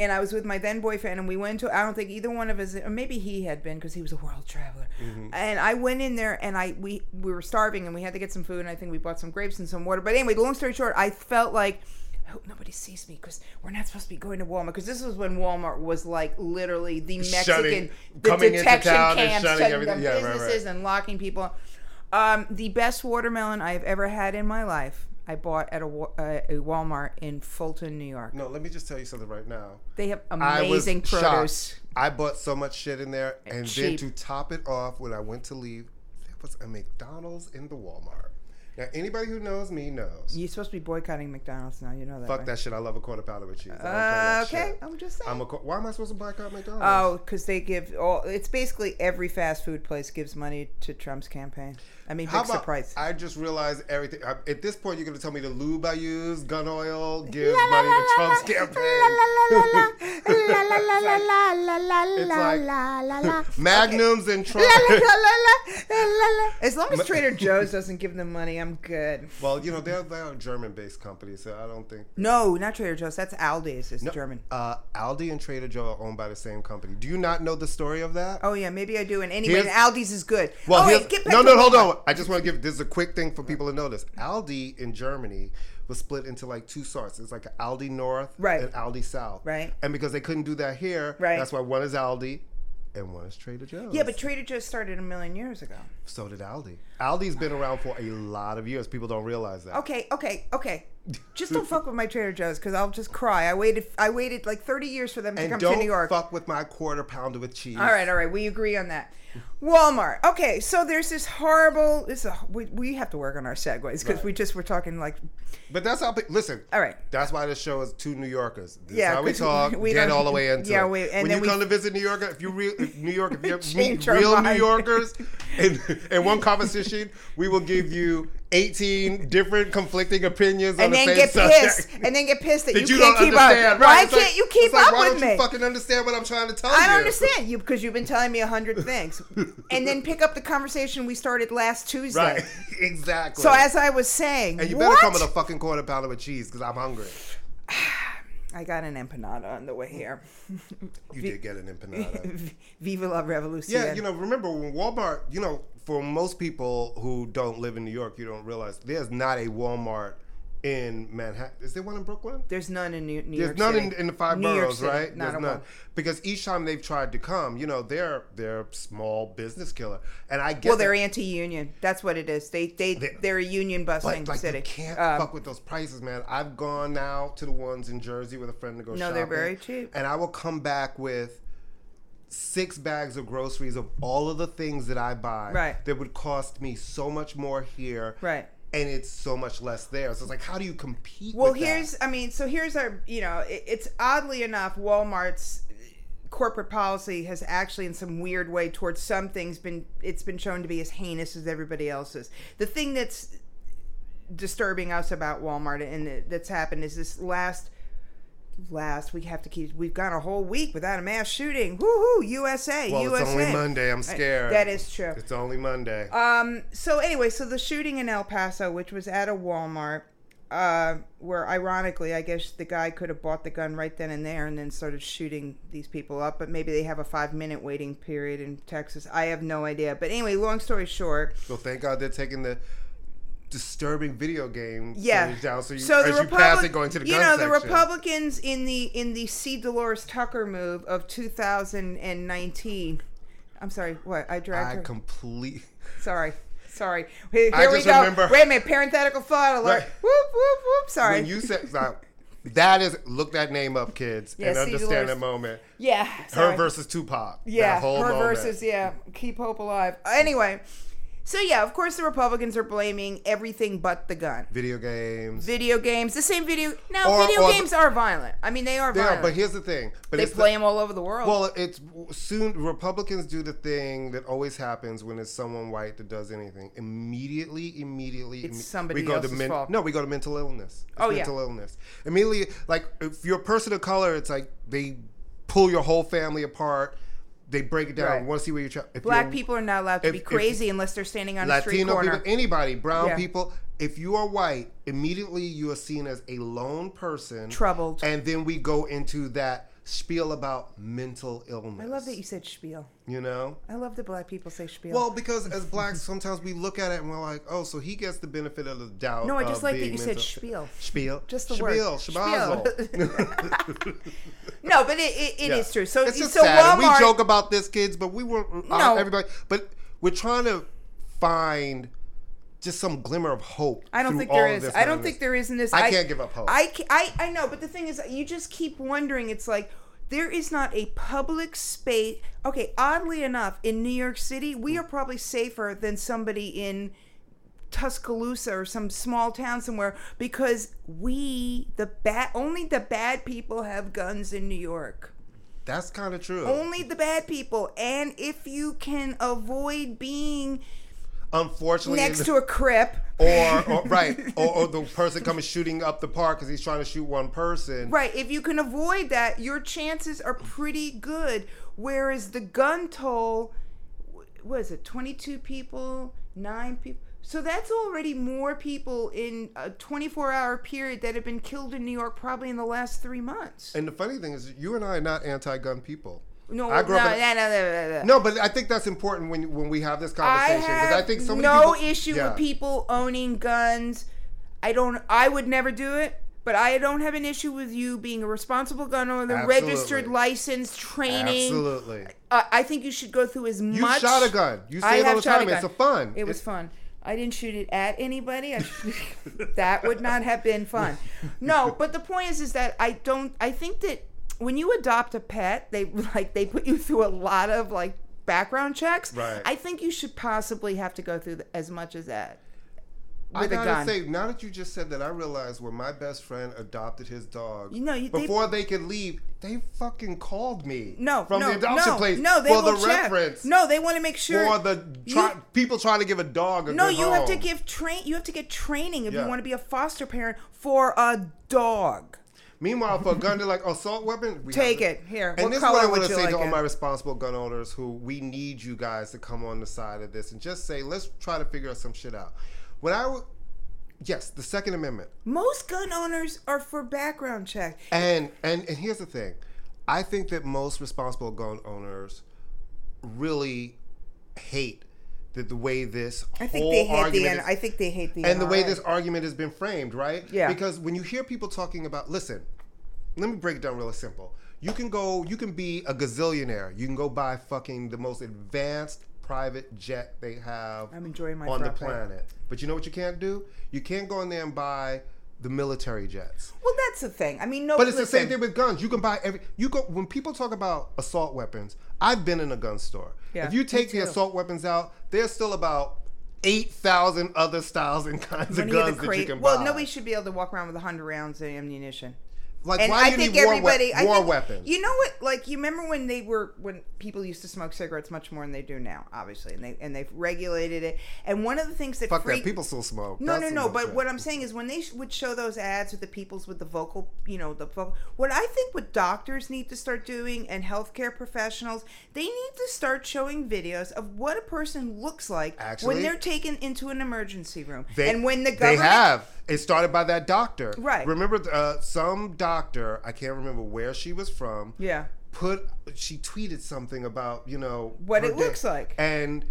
A: And I was with my then boyfriend, and we went to, I don't think either one of us, or maybe he had been because he was a world traveler. And I went in there and I we, we were starving and we had to get some food, and I think we bought some grapes and some water. But anyway, long story short, I felt like, I hope nobody sees me because we're not supposed to be going to Walmart because this was when Walmart was like literally the Mexican,
B: Shutting-
A: the
B: coming into
A: detection
B: town and
A: camps,
B: shutting
A: shutting,
B: everything-
A: down
B: yeah, right, right.
A: businesses and locking people. Um, the best watermelon I've ever had in my life, I bought at a, wa- uh, a Walmart in Fulton, New York.
B: No, let me just tell you something right now.
A: They have
B: I was
A: amazing
B: shocked.
A: produce.
B: I bought so much shit in there, and
A: cheap.
B: then to top it off, when I went to leave, there was a McDonald's in the Walmart. Now, anybody who knows me knows.
A: You're supposed to be boycotting McDonald's now. You know that.
B: Fuck
A: right?
B: that shit. I love a quarter pounder with cheese. I don't play
A: Uh,
B: that
A: okay,
B: shit.
A: I'm just saying.
B: I'm a. qu- Why am I supposed to black out McDonald's?
A: Oh, because they give all. It's basically every fast food place gives money to Trump's campaign. I mean, big surprise.
B: I just realized everything. I, at this point, you're going to tell me the lube I use, gun oil, gives
A: La, la,
B: money to
A: la,
B: Trump's
A: la, la,
B: campaign. It's like magnums and Trump.
A: As long as Trader Joe's doesn't give them money, I'm good.
B: well, you know they're, they're a German-based company, so I don't think
A: No, not Trader Joe's. That's Aldi's. It's
B: No,
A: German.
B: Uh, Aldi and Trader Joe are owned by the same company. Do you not know the story of that?
A: Oh yeah, maybe I do. And anyway,
B: Here's-
A: and Aldi's is good.
B: Well,
A: oh,
B: here's-
A: wait, get back
B: no,
A: to
B: no, hold
A: Walmart.
B: on. I just want to give this is a quick thing for people to know this. Aldi in Germany was split into like two sorts. It's like Aldi North
A: Right.
B: and Aldi South.
A: Right.
B: And because they couldn't do that here,
A: Right.
B: that's why one is Aldi and one is Trader Joe's.
A: Yeah, but Trader Joe's started a million years ago.
B: so did Aldi. Aldi's been around for a lot of years. People don't realize that.
A: Okay, okay, okay. Just don't fuck with my Trader Joe's because I'll just cry. I waited, I waited like 30 years for them to
B: And
A: come
B: don't
A: to New York.
B: fuck with my quarter pounder with cheese.
A: All right, all right. We agree on that. Walmart. Okay, so there's this horrible. This is a, we, we have to work on our segues because we just were talking like,
B: But that's how. pe- Listen.
A: all right.
B: That's why this show is two New Yorkers. This
A: Yeah,
B: is how we
A: 'cause
B: talk.
A: we
B: get
A: don't-
B: all the way into
A: yeah,
B: it.
A: we- and
B: when
A: then
B: you
A: we-
B: come to visit New York, if you real if New York, if you meet
A: Change our
B: real New
A: mind.
B: Yorkers, in, in one conversation, we will give you eighteen different conflicting opinions on
A: And
B: the
A: then
B: same
A: get
B: subject.
A: pissed. And then get pissed that,
B: That
A: you,
B: you,
A: can't
B: don't
A: keep
B: understand,
A: up.
B: right?
A: Why
B: It's
A: can't
B: like-
A: you keep
B: it's like,
A: up
B: why
A: with
B: don't
A: me?
B: You fucking understand what I'm trying to tell you.
A: I don't understand you because you've been telling me a hundred things, and then pick up the conversation we started last Tuesday.
B: Right? exactly.
A: So as I was saying,
B: and you better
A: what?
B: come with a fucking quarter pounder with cheese because I'm hungry.
A: I got an empanada on the way here.
B: You did get an empanada.
A: Viva la revolución.
B: Yeah, you know, remember when Walmart, you know, for most people who don't live in New York, you don't realize there's not a Walmart in Manhattan. Is there one in Brooklyn?
A: there's none in New, New York
B: There's none
A: City.
B: in, in the five
A: New York
B: boroughs,
A: City,
B: right?
A: not
B: There's
A: a
B: none.
A: Walmart.
B: Because each time they've tried to come, you know, they're they're small business killer. And I get
A: Well,
B: that,
A: they're anti-union. That's what it is. They they
B: They-
A: they're a union busting
B: but like
A: city.
B: you can't
A: Um,
B: fuck with those prices, man. I've gone now to the ones in Jersey with a friend to go
A: No,
B: shopping.
A: they're very cheap.
B: And I will come back with six bags of groceries of all of the things that I buy
A: Right.
B: that would cost me so much more here.
A: Right.
B: And it's so much less there. So it's like, how do you compete?
A: Well,
B: with that?
A: here's I mean, so here's our you know, it, it's oddly enough Walmart's corporate policy has actually in some weird way towards some things been it's been shown to be as heinous as everybody else's. The thing that's disturbing us about Walmart and that- that's happened is this last last we have to keep we've gone a whole week without a mass shooting. Woohoo, USA,
B: well,
A: USA.
B: it's only Monday. I'm scared.
A: Uh, That is true.
B: It's only Monday.
A: Um, so anyway, so the shooting in El Paso, which was at a Walmart, uh, where ironically, I guess the guy could have bought the gun right then and there and then started shooting these people up, but maybe they have a five minute waiting period in Texas. I have no idea. But anyway, long story short,
B: so thank God they're taking the disturbing video game
A: yeah.
B: footage down. So you,
A: So
B: as
A: the
B: you pass
A: Republic-
B: it, going to the
A: you
B: gun
A: know the
B: section.
A: Republicans in the in the C. Dolores Tucker move of 2019. I'm sorry, what I dragged
B: I
A: her.
B: complete.
A: Sorry. Sorry. Here,
B: I
A: here we
B: just
A: go.
B: remember-
A: Wait a minute. Parenthetical thought alert.
B: Right.
A: Whoop, whoop, whoop. Sorry.
B: When you said now, that is look that name up, kids,
A: Yeah,
B: and
A: see
B: understand
A: Dolores.
B: that moment.
A: yeah.
B: Her
A: Sorry.
B: versus Tupac.
A: Yeah.
B: that whole
A: her
B: moment.
A: versus, yeah. Keep hope alive. Anyway, So yeah, of course the Republicans are blaming everything but the gun.
B: Video games.
A: Video games, the same video. Now
B: Or-
A: video
B: or the-
A: games are violent. I mean, they are
B: They
A: violent.
B: are, but here's the thing. But
A: they
B: it's the-
A: play them all over the world.
B: Well, it's soon Republicans do the thing that always happens when it's someone white that does anything. Immediately, immediately,
A: It's
B: imme-
A: somebody
B: we go to
A: else's fault.
B: No, we go to mental illness. It's
A: Oh, yeah.
B: mental illness. Immediately, like if you're a person of color, it's like they pull your whole family apart. They break it down.
A: Right.
B: Want to see where you're. Tra- if
A: Black
B: you're
A: people are not allowed to
B: if-
A: be
B: if-
A: crazy unless they're standing on a street
B: Latino
A: corner.
B: people, anybody, brown
A: Yeah.
B: people. If you are white, immediately you are seen as a lone person,
A: Troubled.
B: and then we go into that spiel about mental illness.
A: I love that you said spiel.
B: You know.
A: I love that black people say spiel.
B: Well, because as blacks, sometimes we look at it and we're like, oh, so he gets the benefit of the doubt.
A: no, I just
B: of
A: like that
B: being
A: you said
B: mental-
A: spiel.
B: Spiel.
A: Just the
B: Spiel,
A: word.
B: Shabazzle.
A: No, but it, it, it is
B: Yeah.
A: true. So
B: it's just
A: so
B: sad. And
A: Walmart.
B: we joke about this, kids, but we were
A: No.
B: everybody. But we're trying to find just some glimmer of hope.
A: I don't
B: through
A: think
B: all
A: there
B: of
A: is.
B: this
A: I don't
B: madness.
A: think there is in this.
B: I can't give up hope.
A: I, ca- I I know, but the thing is, you just keep wondering. It's like there is not a public space. Okay, oddly enough, in New York City, we are probably safer than somebody in Tuscaloosa or some small town somewhere because we the bad only the bad people have guns in New York.
B: That's kind of true.
A: Only the bad people, and if you can avoid being
B: Unfortunately,
A: next to a crip.
B: or, or right, or, or the person coming shooting up the park because he's trying to shoot one person.
A: Right. If you can avoid that, your chances are pretty good. Whereas the gun toll, wh- what is it, 22 people, nine people? So that's already more people in a 24 hour period that have been killed in New York probably in the last three months.
B: And the funny thing is, you and I are not anti-gun people.
A: No,
B: I grew
A: no,
B: up in-
A: no, no, no, no, no.
B: No, but I think that's important when when we have this
A: I
B: conversation because I,
A: have
B: think so many
A: no
B: people,
A: issue
B: Yeah.
A: with people owning guns. I don't. I would never do it. But I don't have an issue with you being a responsible gun owner,
B: Absolutely.
A: registered, licensed, training.
B: Absolutely,
A: Uh, I think you should go through as
B: you
A: much.
B: shot a gun. You
A: I
B: say it all
A: have
B: the
A: shot
B: time.
A: a
B: It's a
A: gun.
B: fun.
A: It was fun. I didn't shoot it at anybody. I sh- that would not have been fun. No, but the point is, is that I don't. I think that when you adopt a pet, they like they put you through a lot of like background checks.
B: Right.
A: I think you should possibly have to go through th- as much as that.
B: I
A: with a
B: gotta
A: gun.
B: say, now that you just said that, I realized when my best friend adopted his dog.
A: You know, you- they-
B: before they, could leave, they fucking called me.
A: No,
B: from
A: no,
B: the adoption
A: no,
B: place.
A: No, they
B: for
A: will
B: the
A: check.
B: reference.
A: No, they want to make sure.
B: for the try, people trying to give a dog a
A: No,
B: good
A: you have to
B: home.
A: give train. You have to get training if
B: Yeah.
A: you want to be a foster parent for a dog.
B: Meanwhile, for a gun, they're like assault weapon. we
A: Take
B: have
A: it here.
B: And
A: what
B: this is
A: color
B: what I
A: would
B: want to
A: you
B: say
A: like
B: to all
A: it?
B: my responsible gun owners who we need you guys to come on the side of this and just say, let's try to figure some shit out. When I, w- yes, the Second Amendment,
A: Most gun owners are for background check.
B: and and and here's the thing, I think that most responsible gun owners really hate that the way this
A: I think
B: whole
A: they hate the.
B: argument
A: N-
B: is-
A: I think they hate the.
B: and the way
A: NRA.
B: this argument has been framed, right?
A: Yeah.
B: Because when you hear people talking about, listen, let me break it down really simple. You can go, you can be a gazillionaire. You can go buy fucking the most advanced private jet they have
A: I'm enjoying my
B: on the
A: frappe.
B: planet. But you know what you can't do? You can't go in there and buy the military jets.
A: Well, that's the thing. I mean, no.
B: But it's the same
A: listen.
B: thing with guns. You can buy every. You go when people talk about assault weapons. I've been in a gun store.
A: Yeah,
B: if you
A: me
B: take the
A: too.
B: assault weapons out, there's still about eight thousand other styles and kinds of
A: Many of the
B: guns that you
A: cra-
B: can buy.
A: well, nobody should be able to walk around with 100 rounds of ammunition.
B: Like
A: and
B: why
A: I
B: do you
A: think
B: need war,
A: everybody,
B: wep-
A: I
B: war
A: think-
B: weapons?
A: You know what? Like you remember when they were when people used to smoke cigarettes much more than they do now, obviously, and they and they've regulated it. And one of the things that
B: Fuck
A: freak-
B: that. People still smoke.
A: No,
B: That's
A: no,
B: some
A: no. But
B: bullshit.
A: what I'm saying is, when they sh- would show those ads with the peoples with the vocal, you know, the vocal. What I think what doctors need to start doing and healthcare professionals, they need to start showing videos of what a person looks like
B: Actually-
A: when they're taken into an emergency room,
B: They-
A: and when the
B: they
A: government.
B: have it started by that doctor,
A: Right.
B: Remember, uh, some doctor I can't remember where she was from.
A: Yeah.
B: put she tweeted something about you know
A: What
B: her
A: it looks like.
B: and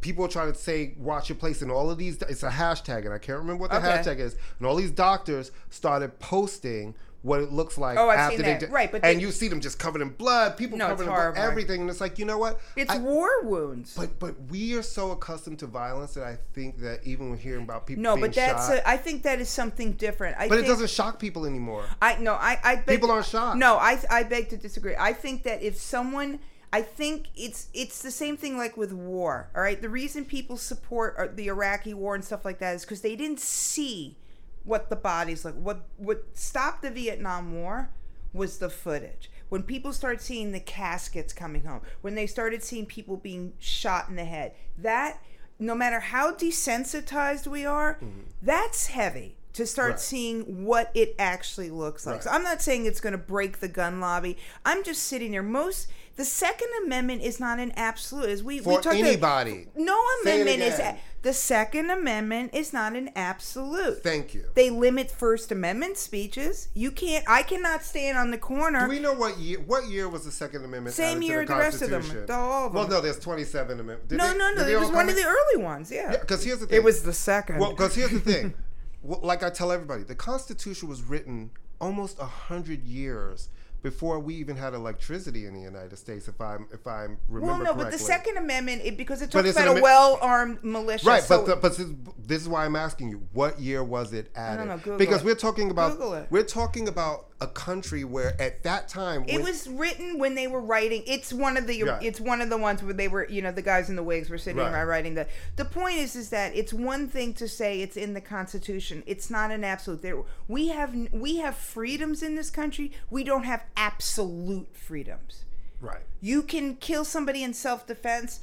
B: people are trying to say watch your place and all of these it's a hashtag and i can't remember what the
A: Okay.
B: hashtag is and all these doctors started posting what it looks like
A: Oh, I've
B: after
A: seen
B: they
A: that.
B: did
A: Right, but
B: and
A: they-
B: you see them just covered in blood people
A: No, it's
B: covered in blood,
A: horrifying.
B: everything and it's like you know what
A: It's
B: I-
A: war wounds.
B: but but we are so accustomed to violence that i think that even when hearing about people
A: no,
B: being
A: but that's.
B: shot,
A: A, I think that is something different. I
B: but
A: think,
B: it doesn't shock people anymore
A: I no, I, I beg,
B: People aren't shocked.
A: No, I I beg to disagree. I think that if someone, I I think it's it's the same thing like with war. All right, the reason people support uh, the Iraqi war and stuff like that is because they didn't see what the bodies like. What what stopped the Vietnam War was the footage. When people started seeing the caskets coming home, when they started seeing people being shot in the head, that no matter how desensitized we are,
B: Mm-hmm.
A: that's heavy to start
B: Right.
A: seeing what it actually looks like.
B: Right.
A: So I'm not saying it's going to break the gun lobby. I'm just sitting there. Most the Second Amendment is not an absolute. As we we
B: For
A: talked about-
B: anybody.
A: no
B: Say it
A: amendment is
B: again.
A: the Second Amendment is not an absolute.
B: Thank you.
A: they limit First Amendment speeches. You can't. I cannot stand on the corner.
B: Do we know what year? What year was the Second Amendment?
A: Same
B: added to
A: year
B: the,
A: the rest of them,
B: Constitution?
A: the- all of
B: Well,
A: them.
B: no, there's 27 amendments.
A: no, no, no. It was one of the early ones. Yeah.
B: Because here's the thing.
A: it was the second.
B: Well, because here's the thing. Well, like I tell everybody, the Constitution was written almost a hundred years before we even had electricity in the United States. If I'm if I'm
A: well,
B: remember
A: no, but the
B: correctly.
A: Second Amendment it, because it
B: But
A: talks
B: it's an
A: about a
B: amen-
A: well armed militia.
B: Right,
A: so
B: but the, but this, this is why I'm asking you: What year was it added?
A: know, Google
B: because
A: it.
B: we're talking about
A: Google it.
B: we're talking about a country where at that time
A: It
B: when-
A: was written when they were writing. It's one of the.
B: Yeah.
A: It's one of the ones where they were. You know, the guys in the wigs were sitting
B: Right.
A: around writing the. The point is, is that it's one thing to say it's in the Constitution. It's not an absolute. There, we have we have freedoms in this country. We don't have absolute freedoms.
B: right.
A: You can kill somebody in self defense.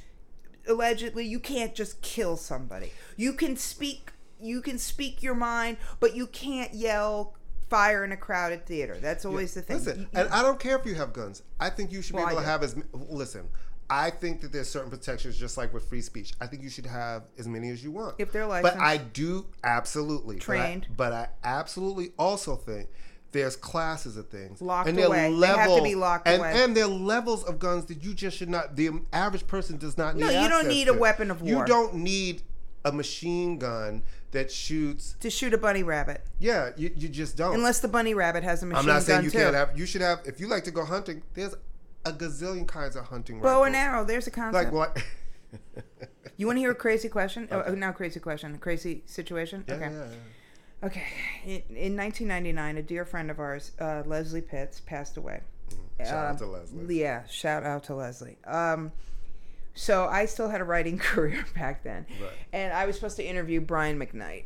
A: Allegedly, you can't just kill somebody. You can speak. You can speak your mind, but you can't yell fire in a crowded theater. That's always the thing.
B: Listen,
A: You-
B: and I don't care if you have guns. I think you should
A: Well,
B: be able
A: I
B: to
A: do.
B: have as m- listen. I think that there's certain protections, just like with free speech. I think you should have as many as you want.
A: If they're
B: but
A: licensed.
B: I do absolutely but I-
A: Trained.
B: but I, absolutely also think there's classes of things
A: Locked
B: and they're
A: away. They have to be locked
B: and,
A: away.
B: and there are levels of guns that you just should not. The average person does not.
A: No,
B: need
A: you don't
B: access
A: need a
B: to.
A: weapon of war.
B: You don't need a machine gun that shoots.
A: to shoot a bunny rabbit
B: Yeah, you, you just don't.
A: unless the bunny rabbit has a machine
B: I'm not saying
A: gun
B: you
A: too.
B: can't have. You should have. If you like to go hunting, there's a gazillion kinds of hunting.
A: bow
B: rifles.
A: and arrow there's a concept
B: Like what?
A: you want to hear a crazy question oh, uh, not crazy question a crazy situation okay
B: Yeah, yeah.
A: okay in, in 1999 a dear friend of ours uh, leslie pitts passed away
B: Mm-hmm. Shout
A: Um,
B: out to Leslie.
A: yeah shout out to leslie um, so i still had a writing career back then
B: Right. Mm-hmm.
A: and i was supposed to interview brian mcknight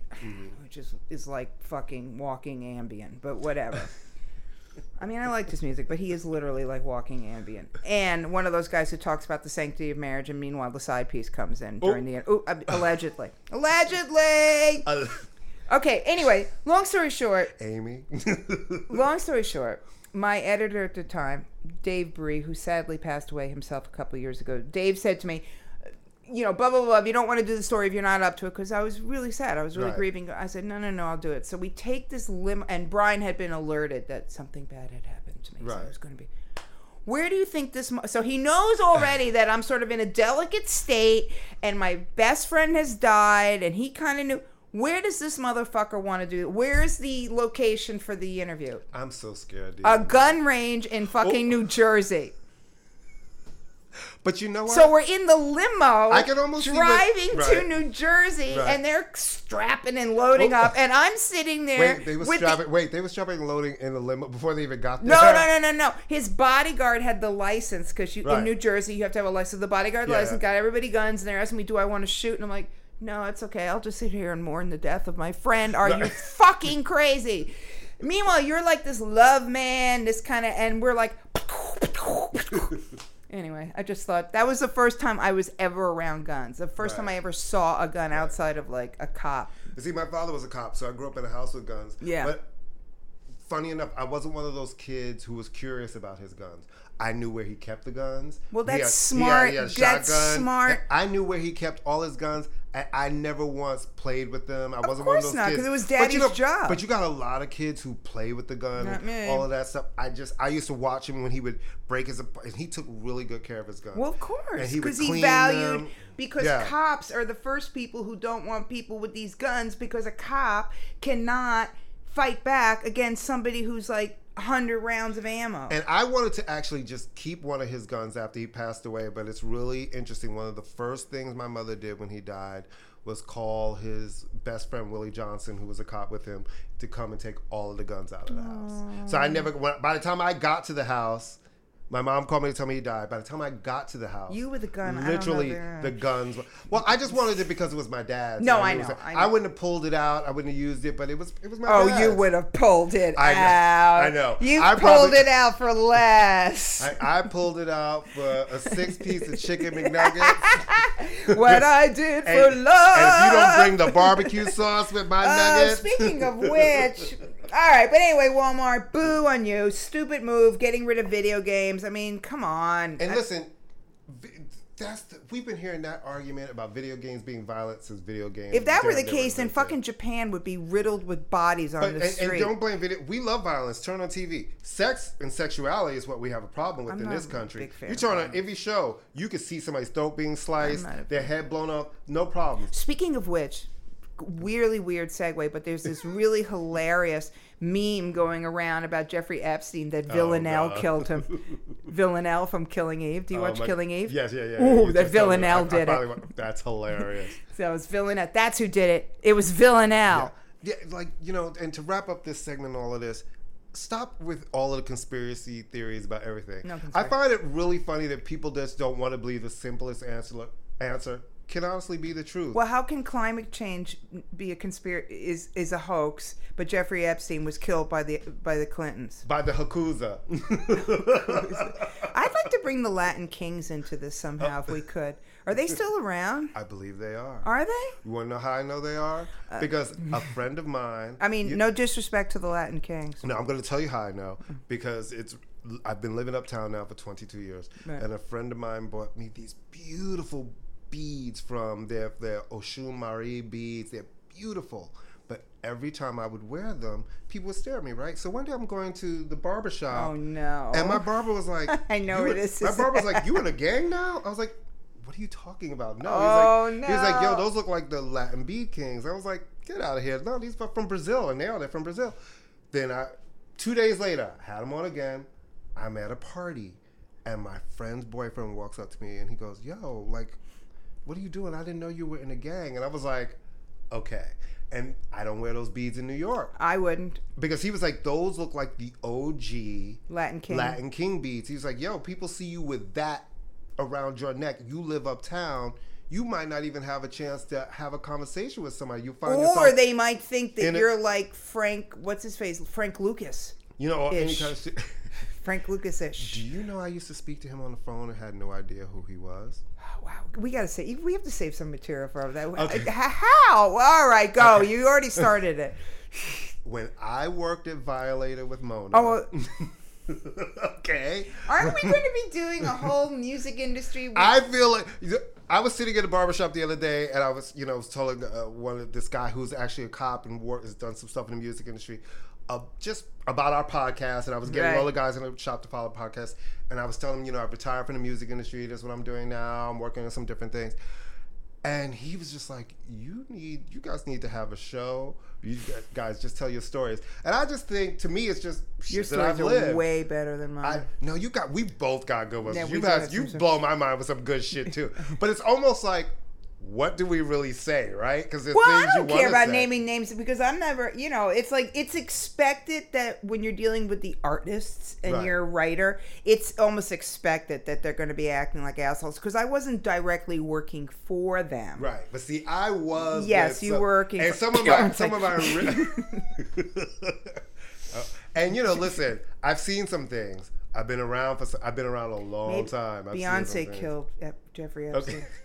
A: which is, is like fucking walking ambient but whatever I mean, I liked his music, but he is literally like walking ambient. And one of those guys who talks about the sanctity of marriage, and meanwhile, the side piece comes in during
B: Oh.
A: the end. Ooh, uh, allegedly. allegedly!
B: Uh,
A: Okay, anyway, long story short,
B: Amy.
A: long story short, my editor at the time, Dave Bree, who sadly passed away himself a couple years ago, Dave said to me, you know, blah, blah, blah, you don't want to do the story if you're not up to it, because I was really sad. I was really
B: Right.
A: grieving. I said, no, no, no, I'll do it. So we take this lim, and Brian had been alerted that something bad had happened to me. So
B: Right.
A: it was going to be. Where do you think this? mo- So he knows already that I'm sort of in a delicate state, and my best friend has died, and he kind of knew. Where does this motherfucker want to do? Where's the location for the interview?
B: I'm so scared. Dude.
A: A gun range in fucking New
B: Oh.
A: Jersey.
B: but you know what?
A: So we're in the limo.
B: I can almost see what-
A: driving to
B: right.
A: New Jersey,
B: Right.
A: and they're strapping and loading
B: Oh.
A: up, and I'm sitting there.
B: wait, they were
A: with the-
B: strapping. wait, they were strapping and loading in the limo before they even got there.
A: No, no, no, no, no. His bodyguard had the license because you in
B: Right.
A: New Jersey you have to have a license. The bodyguard
B: Yeah,
A: license
B: yeah.
A: got everybody guns, and they're asking me, "Do I want to shoot?" And I'm like, "No, it's okay. I'll just sit here and mourn the death of my friend." Are you
B: Right.
A: fucking crazy? Meanwhile, you're like this love man, this kind of, and we're like. Anyway, I just thought that was the first time I was ever around guns. The first time
B: Right.
A: I ever saw a gun outside of like a cop.
B: You See, my father was a cop, so I grew up in a house with guns.
A: Yeah.
B: But funny enough, I wasn't one of those kids who was curious about his guns. I knew where he kept the guns.
A: Well,
B: He
A: that's
B: he
A: smart.
B: had- he had a
A: That's
B: shotgun.
A: smart.
B: I knew where he kept all his guns. I, I never once played with them. I
A: course
B: wasn't one of those
A: not,
B: kids.
A: 'cause it was
B: But you
A: daddy's
B: know-
A: job.
B: But you got a lot of kids who play with the gun
A: Not
B: and
A: me.
B: all of that stuff. I just I used to watch him when he would break his ap- and he took really good care of his guns.
A: Well, of course,
B: And he would
A: because he,
B: clean
A: valued
B: them.
A: because
B: Yeah.
A: cops are the first people who don't want people with these guns because a cop cannot fight back against somebody who's like hundred rounds of ammo.
B: And I wanted to actually just keep one of his guns after he passed away, but it's really interesting. One of the first things my mother did when he died was call his best friend Willie Johnson, who was a cop with him, to come and take all of the guns out of the house. So I never. When, by the time I got to the house, My mom called me to tell me he died. By the time I got to the house,
A: You with the gun, I don't know
B: literally
A: if-
B: the guns. were- Well, I just wanted it because it was my dad's.
A: No,
B: and
A: I
B: it was-
A: know, I
B: I
A: know.
B: wouldn't have pulled it out. I wouldn't have used it, but it was it was my.
A: Oh, you
B: dad's.
A: would have pulled it
B: I know,
A: out.
B: I know.
A: You
B: I
A: pulled
B: probably-
A: it out for less.
B: I, I pulled it out for a six piece of chicken McNuggets.
A: what I did for
B: And-
A: love.
B: And if you don't bring the barbecue sauce with my
A: Uh,
B: nuggets.
A: speaking of which, all right, but anyway, Walmart, boo on you. Stupid move, getting rid of video games. I mean, come on.
B: And
A: I-
B: listen, vi- that's the, we've been hearing that argument about video games being violent since video games.
A: if that were the
B: damn near
A: case, then
B: invented.
A: fucking Japan would be riddled with bodies on
B: But,
A: the
B: and, and
A: street.
B: don't blame video. We love violence. Turn on TV. Sex and sexuality is what we have a problem with
A: I'm
B: in
A: not
B: this
A: a
B: country.
A: big fan
B: You turn
A: of
B: on every show, you can see somebody's throat being sliced,
A: not a
B: their head blown off, no problem.
A: Speaking of which, weirdly weird segue, but there's this really hilarious meme going around about Jeffrey Epstein
B: Oh,
A: that Villanelle
B: God.
A: killed him. Villanelle from Killing Eve. Do you watch
B: Oh my-
A: Killing Eve?
B: Yes, yeah, yeah.
A: Ooh,
B: you
A: that
B: just told me.
A: Villanelle
B: I- I
A: did it.
B: probably wa- That's hilarious.
A: So it's Villanelle. That's who did it. It was Villanelle.
B: Oh, Yeah, like you know, and to wrap up this segment, and all of this, stop with all of the conspiracy theories about everything.
A: No
B: I
A: conspiracy.
B: find it really funny that people just don't want to believe the simplest answer. Answer can honestly be the truth.
A: Well, how can climate change be a conspiracy? Is is a hoax? But Jeffrey Epstein was killed by the by the Clintons.
B: By the Hakuza.
A: I'd like to bring the Latin Kings into this somehow
B: Oh.
A: if we could. Are they still around?
B: I believe they are.
A: Are they?
B: You want to know how I know they are? Because a friend of mine.
A: Uh, I mean,
B: you-
A: no disrespect to the Latin Kings.
B: No, I'm going to tell you how I know because it's I've been living uptown now for 22 years,
A: Right.
B: and a friend of mine bought me these beautiful beads from their their Oshun Marie beads. They're beautiful, but every time I would wear them, people would stare at me. Right. So one day I'm going to the barber shop,
A: Oh no!
B: and my barber was like,
A: I know
B: "You
A: where
B: in-"
A: this
B: My
A: is
B: barber was
A: at.
B: like, "You in a gang now?" I was like. What are you talking about? No,
A: Oh,
B: he's like, he's like, yo,
A: no.
B: those look like the Latin bead kings. I was like, get out of here. No, these are from Brazil, and they are they're from Brazil. Then I, two days later, I had them on again. I'm at a party, and my friend's boyfriend walks up to me and he goes, yo, like, what are you doing? I didn't know you were in a gang, and I was like, okay. And I don't wear those beads in New York
A: I wouldn't
B: because he was like, those look like the OG
A: Latin King.
B: Latin King beats. He was like, yo, people see you with that around your neck. You live uptown. You might not even have a chance to have a conversation with somebody. You find
A: Or
B: yourself,
A: they might think that
B: In a-
A: you're like Frank. What's his face? Frank Lucas.
B: you know, or any
A: ish.
B: kind of shit.
A: Frank Lucas-ish.
B: Do you know I used to speak to him on the phone and had no idea who he was?
A: Oh, Wow, we gotta say we have to save some material for that. Uh,
B: Okay.
A: How? All right, go. You already started it.
B: When I worked at Violator with Mona.
A: Oh, uh,
B: okay.
A: aren't we going to be doing a whole music industry?
B: I feel like I was sitting at a barbershop the other day, and I was, you know, was telling uh, one of this guy who's actually a cop and wor has done some stuff in the music industry, uh, just about our podcast. And I was getting
A: Right.
B: all the guys in the shop to follow the podcast, and I was telling him, you know, I've retired from the music industry. That's what I'm doing now. I'm working on some different things. And he was just like, "You need, you guys need to have a show. You guys just tell your stories." And I just think, to me, it's just
A: Your
B: shit that I've
A: stories are
B: lived.
A: way better than mine.
B: I no, you got we both got good ones.
A: Yeah, we
B: you
A: do
B: guys,
A: have
B: you
A: some- some-
B: blow my mind with some good shit too. but it's almost like, what do we really say, right? Because there's
A: well,
B: things
A: I don't
B: you
A: care
B: wanna
A: about
B: say.
A: naming names because I'm never, you know, it's like it's expected that when you're dealing with the artists and
B: Right.
A: you're a writer, it's almost expected that they're going to be acting like assholes because I wasn't directly working for them.
B: Right, but see, I was.
A: Yes,
B: with
A: you
B: some-
A: were working
B: And
A: for-
B: some of my,
A: I'm
B: some of my.
A: like-
B: Oh, and you know, listen, I've seen some things. I've been around for. s- I've been around a long
A: Maybe
B: time. I've seen some
A: Beyonce
B: things.
A: killed Ep- Jeffrey Epstein.
B: Okay.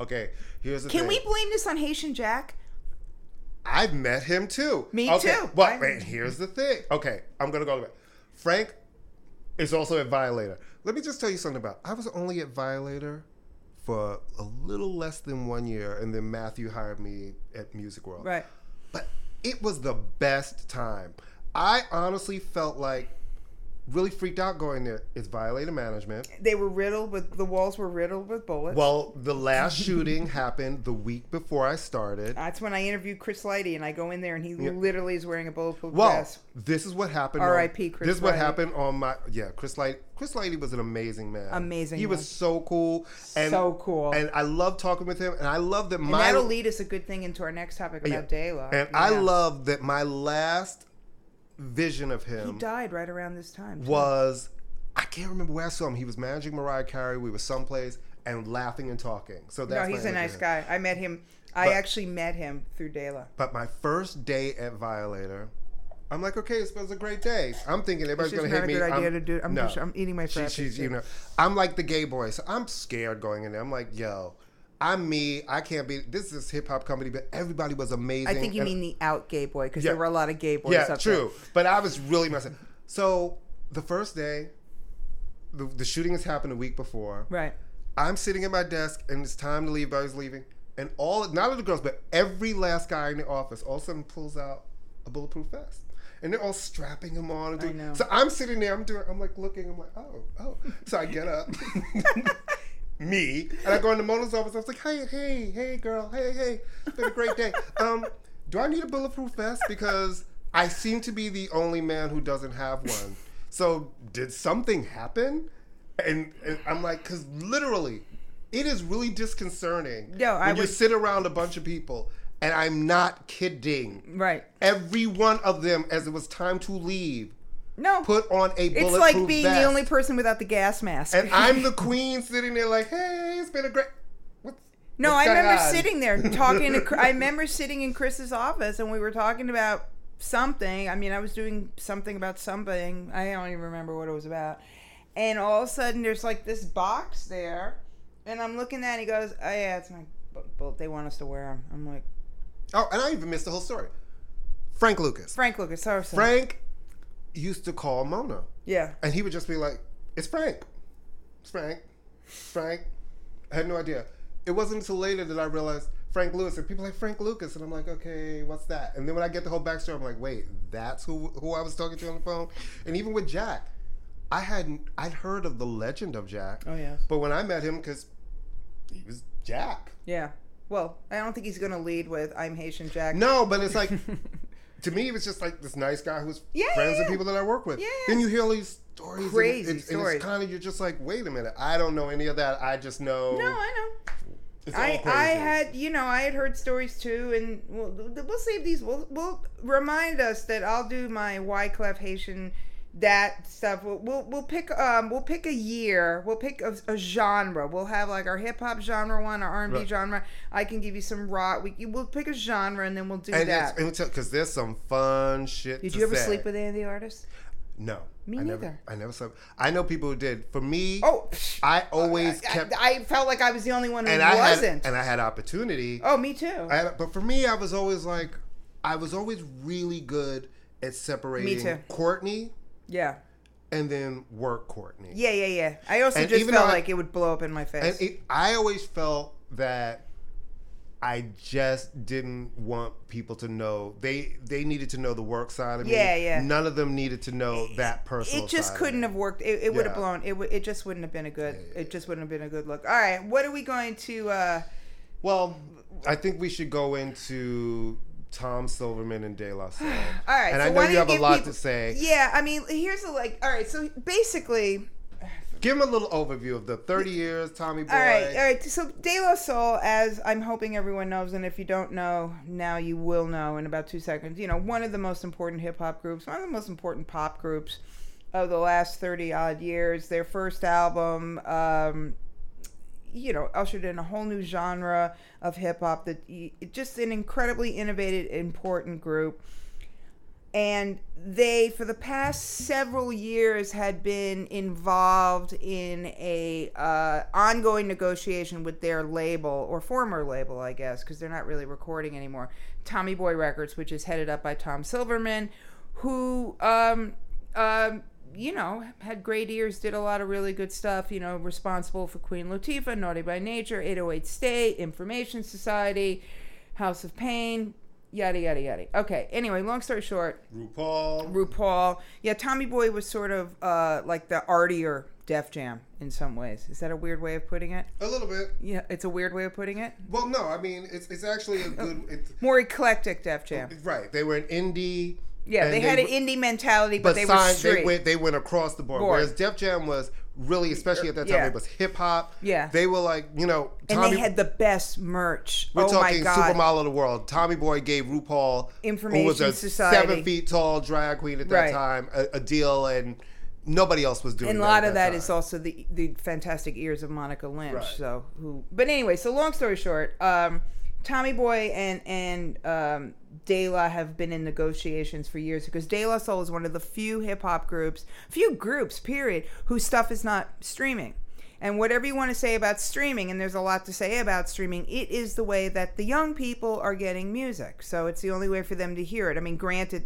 B: okay, here's the
A: Can
B: thing.
A: we blame this on Haitian Jack?
B: I've met him too.
A: Me
B: okay,
A: too.
B: But
A: I-
B: wait, here's the thing. Okay, I'm gonna go back. Frank is also at Violator. Let me just tell you something about. I was only at Violator for a little less than one year, and then Matthew hired me at Music World.
A: Right.
B: But it was the best time. I honestly felt like really freaked out going there. It's Violator Management.
A: They were riddled with the walls were riddled with bullets.
B: Well, the last shooting happened the week before I started.
A: That's when I interviewed Chris Lighty, and I go in there, and he literally is wearing a bulletproof
B: Well,
A: dress.
B: this is what happened. on-
A: R.I.P. Chris
B: This is what
A: Lighty.
B: happened on my yeah. Chris Light. Chris Lighty was an amazing man.
A: Amazing
B: He
A: man.
B: was so cool. And,
A: So cool.
B: And I love talking with him. And I love that
A: And
B: my
A: that'll lead us a good thing into our next topic
B: yeah.
A: about Dayla.
B: And I
A: Yeah.
B: love that my last vision of
A: He
B: him
A: died right around this time. too.
B: was I can't remember where I saw him. He was managing Mariah Carey. We were someplace and laughing and talking. So that's
A: no,
B: my
A: he's a
B: image of
A: nice
B: him.
A: guy. I met him. I
B: But-
A: actually met him through Dela.
B: But my first day at Violator, I'm like, okay, this was a great day. I'm thinking everybody's
A: It's
B: gonna
A: just
B: hate
A: not a
B: me.
A: good idea
B: I'm,
A: to do. I'm
B: no.
A: just, I'm eating my
B: She,
A: frappe.
B: she's, you
A: too.
B: know, I'm like the gay boy, so I'm scared going in there. I'm like, yo, I'm me. I can't be. This is hip hop company, but everybody was amazing.
A: I think you
B: and-
A: mean the out gay boy because
B: Yeah.
A: there were a lot of gay boys.
B: yeah,
A: up
B: true. But I was really messing. So the first day, the, the shooting has happened a week before.
A: There. Right.
B: I'm sitting at my desk and it's time to leave. Everybody's leaving, and all not of the girls, but every last guy in the office all of a sudden pulls out a bulletproof vest, and they're all strapping him on. And
A: I
B: doing,
A: know.
B: So I'm sitting there. I'm doing. I'm like looking. I'm like, oh, oh. So I get up. Me and I go into Mona's office. I was like, "Hey, hey, hey, girl, hey, hey, it's been a great day. Um, do I need a bulletproof vest? Because I seem to be the only man who doesn't have one. So did something happen? And, and I'm like, because literally, it is really disconcerting.
A: No, I
B: when you
A: would-
B: sit around a bunch of people, and I'm not kidding.
A: Right.
B: Every one of them, as it was time to leave,
A: No.
B: put on a bulletproof
A: it's like being
B: vest.
A: the only person without the gas mask.
B: And I'm the queen sitting there like, hey, it's been a great. What's,
A: No,
B: what's
A: I remember
B: going on?"
A: sitting there talking. To, Chr- I remember sitting in Chris's office and we were talking about something. I mean, I was doing something about something. I don't even remember what it was about. And all of a sudden, there's like this box there, and I'm looking at. it, He goes, "Oh yeah, it's my bu- bu- They want us to wear them." I'm like,
B: Oh, and I even missed the whole story. Frank Lucas.
A: "Frank Lucas, sorry, sorry."
B: Frank used to call Mona,
A: Yeah.
B: and he would just be like, it's Frank. It's Frank. It's Frank. I had no idea. It wasn't until later that I realized Frank Lewis, and people are like Frank Lucas, and I'm like, okay, what's that? And then when I get the whole backstory, I'm like, wait, that's who who I was talking to on the phone. And even with Jack, I hadn't I'd heard of the legend of Jack,
A: Oh yes.
B: but when I met him, because he was Jack.
A: Yeah. Well, I don't think he's gonna lead with "I'm Haitian Jack."
B: No, but it's like to me, it was just like this nice guy who's
A: Yeah,
B: friends
A: yeah,
B: with
A: yeah.
B: people that I work with.
A: Yeah,
B: Then you hear all these stories, and it-
A: Crazy
B: it's- and,
A: stories.
B: it's kind of you're just like, wait a minute, I don't know any of that. I just know.
A: No, I know.
B: it's all
A: I,
B: crazy.
A: I had you know I had heard stories too, and we'll, we'll save these. We'll, we'll remind us that I'll do my Wyclef Haitian that stuff. We'll, we'll we'll pick um we'll pick a year. We'll pick a, a genre. We'll have like our hip hop genre one, our R and B
B: Right.
A: genre. I can give you some rock. We you- we'll pick a genre and then we'll do
B: And
A: that.
B: because there's some fun shit.
A: Did
B: to
A: you ever
B: say.
A: sleep with any of the artists?
B: No,
A: Me
B: I Never,
A: neither.
B: I never slept. I know people who did. For me,
A: Oh, psh,
B: I always
A: I,
B: kept,
A: I, I felt like I was the only one who
B: and I had,
A: wasn't.
B: and I had opportunity.
A: oh, me too.
B: I had, but for me, I was always like, I was always really good at separating
A: too.
B: Courtney
A: yeah.
B: and then work Courtney.
A: Yeah, yeah, yeah. I also
B: And
A: just
B: even
A: felt
B: though I-
A: like it would blow up in my face.
B: And it, I always felt that I just didn't want people to know they they needed to know the work side of me.
A: Yeah, yeah.
B: None of them needed to know that personal.
A: it just
B: side of
A: couldn't
B: me.
A: have worked. It, it would
B: Yeah.
A: have blown. It, w- it just wouldn't have been a good. It just wouldn't have been a good look. All right, what are we going to? uh
B: Well, I think we should go into Tom Silverman and De La Soul.
A: All right,
B: and
A: so
B: I know
A: why don't
B: you have a
A: give
B: lot
A: people-
B: to say.
A: Yeah, I mean, here's the like. All right, so basically,
B: Give him a little overview of the 30 years, Tommy Boy.
A: all right, all right. So De La Soul, as I'm hoping everyone knows, and if you don't know now, you will know in about two seconds. You know, one of the most important hip hop groups, one of the most important pop groups of the last thirty odd years. Their first album. um you know, ushered in a whole new genre of hip hop that y- just an incredibly innovative, important group. And they, for the past several years, had been involved in a uh, ongoing negotiation with their label or former label, I guess, because they're not really recording anymore. Tommy Boy Records, which is headed up by Tom Silverman, who um, um, you know, had great ears, did a lot of really good stuff, you know, responsible for Queen Latifah, Naughty by Nature, 808 State, Information Society, House of Pain, yada, yada, yada. Okay, anyway, long story short,
B: RuPaul.
A: RuPaul. Yeah, Tommy Boy was sort of uh, like the artier Def Jam in some ways. Is that a weird way of putting it?
B: a little bit.
A: Yeah, it's a weird way of putting it.
B: Well, no, I mean, it's, it's actually a good. It's,
A: More eclectic Def Jam.
B: Right. They were an indie.
A: Yeah,
B: and
A: they had
B: were-
A: an indie mentality, but,
B: but
A: they were
B: signs-
A: straight.
B: they went they went across the board.
A: Board.
B: Whereas Def Jam was really, especially at that time,
A: Yeah.
B: it was hip hop.
A: Yeah.
B: They were like, you know,
A: and
B: Tommy
A: they had the best merch.
B: we're
A: oh
B: talking
A: my God.
B: supermodel of the world. Tommy Boy gave RuPaul, who was
A: Information
B: a
A: Society.
B: seven feet tall drag queen at that
A: Right.
B: time, a, a deal and nobody else was doing.
A: and a
B: that
A: lot
B: at
A: of that
B: time.
A: is also the the fantastic ears of Monica Lynch.
B: Right.
A: So who? But anyway, so long story short, um, Tommy Boy and and um, De La have been in negotiations for years because De La Soul is one of the few hip hop groups, few groups, period, whose stuff is not streaming. And whatever you want to say about streaming, and there's a lot to say about streaming, it is the way that the young people are getting music. So it's the only way for them to hear it. I mean, granted,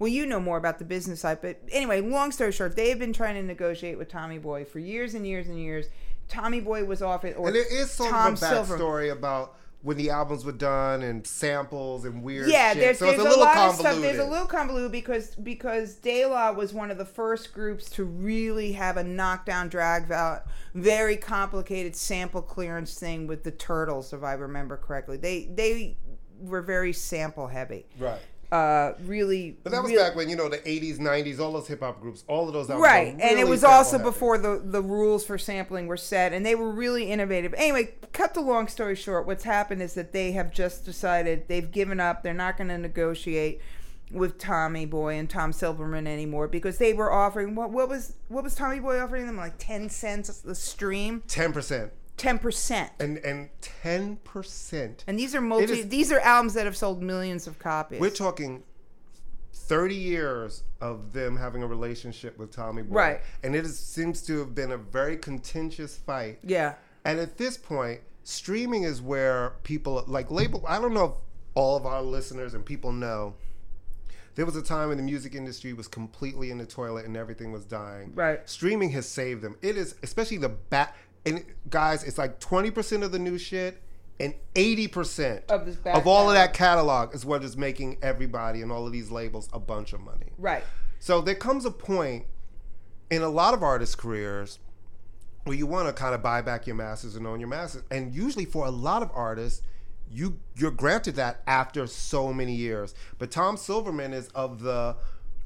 A: well, you know more about the business side, but anyway, long story short, they have been trying to negotiate with Tommy Boy for years and years and years. Tommy Boy was offered, or
B: and there is sort
A: Tom
B: of a backstory
A: Silver.
B: about when the albums were done and samples and weird.
A: Yeah,
B: shit.
A: there's,
B: so
A: there's
B: it's
A: a,
B: a, little
A: lot
B: convoluted.
A: of stuff. There's a little convoluted because because De La was one of the first groups to really have a knockdown drag out, very complicated sample clearance thing with the Turtles, if I remember correctly. They they were very sample heavy.
B: right.
A: Uh, really,
B: But that was
A: really-
B: back when you know the '80s, '90s, all those hip hop groups, all of those albums.
A: right
B: were
A: and it
B: really
A: was also
B: sample-heavy.
A: before the the rules for sampling were set and they were really innovative anyway cut the long story short what's happened is that they have just decided they've given up they're not going to negotiate with Tommy Boy and Tom Silverman anymore because they were offering what what was what was Tommy Boy offering them like 10 cents a stream
B: ten percent
A: 10%
B: and and ten percent.
A: and these are multi
B: is-
A: these are albums that have sold millions of copies
B: We're talking thirty years of them having a relationship with Tommy Boy,
A: Right.
B: And it is, seems to have been a very contentious fight.
A: yeah
B: And at this point, streaming is where people like label. I don't know if all of our listeners and people know. There was a time when the music industry was completely in the toilet and everything was dying.
A: Right.
B: Streaming has saved them. It is especially the back and guys, it's like twenty percent of the new shit and eighty percent
A: Of this back
B: of all of that catalog is what is making everybody and all of these labels a bunch of money.
A: right
B: So there comes a point in a lot of artists' careers where you want to kind of buy back your masters and own your masters. And usually for a lot of artists, you you're granted that after so many years. But Tom Silverman is of the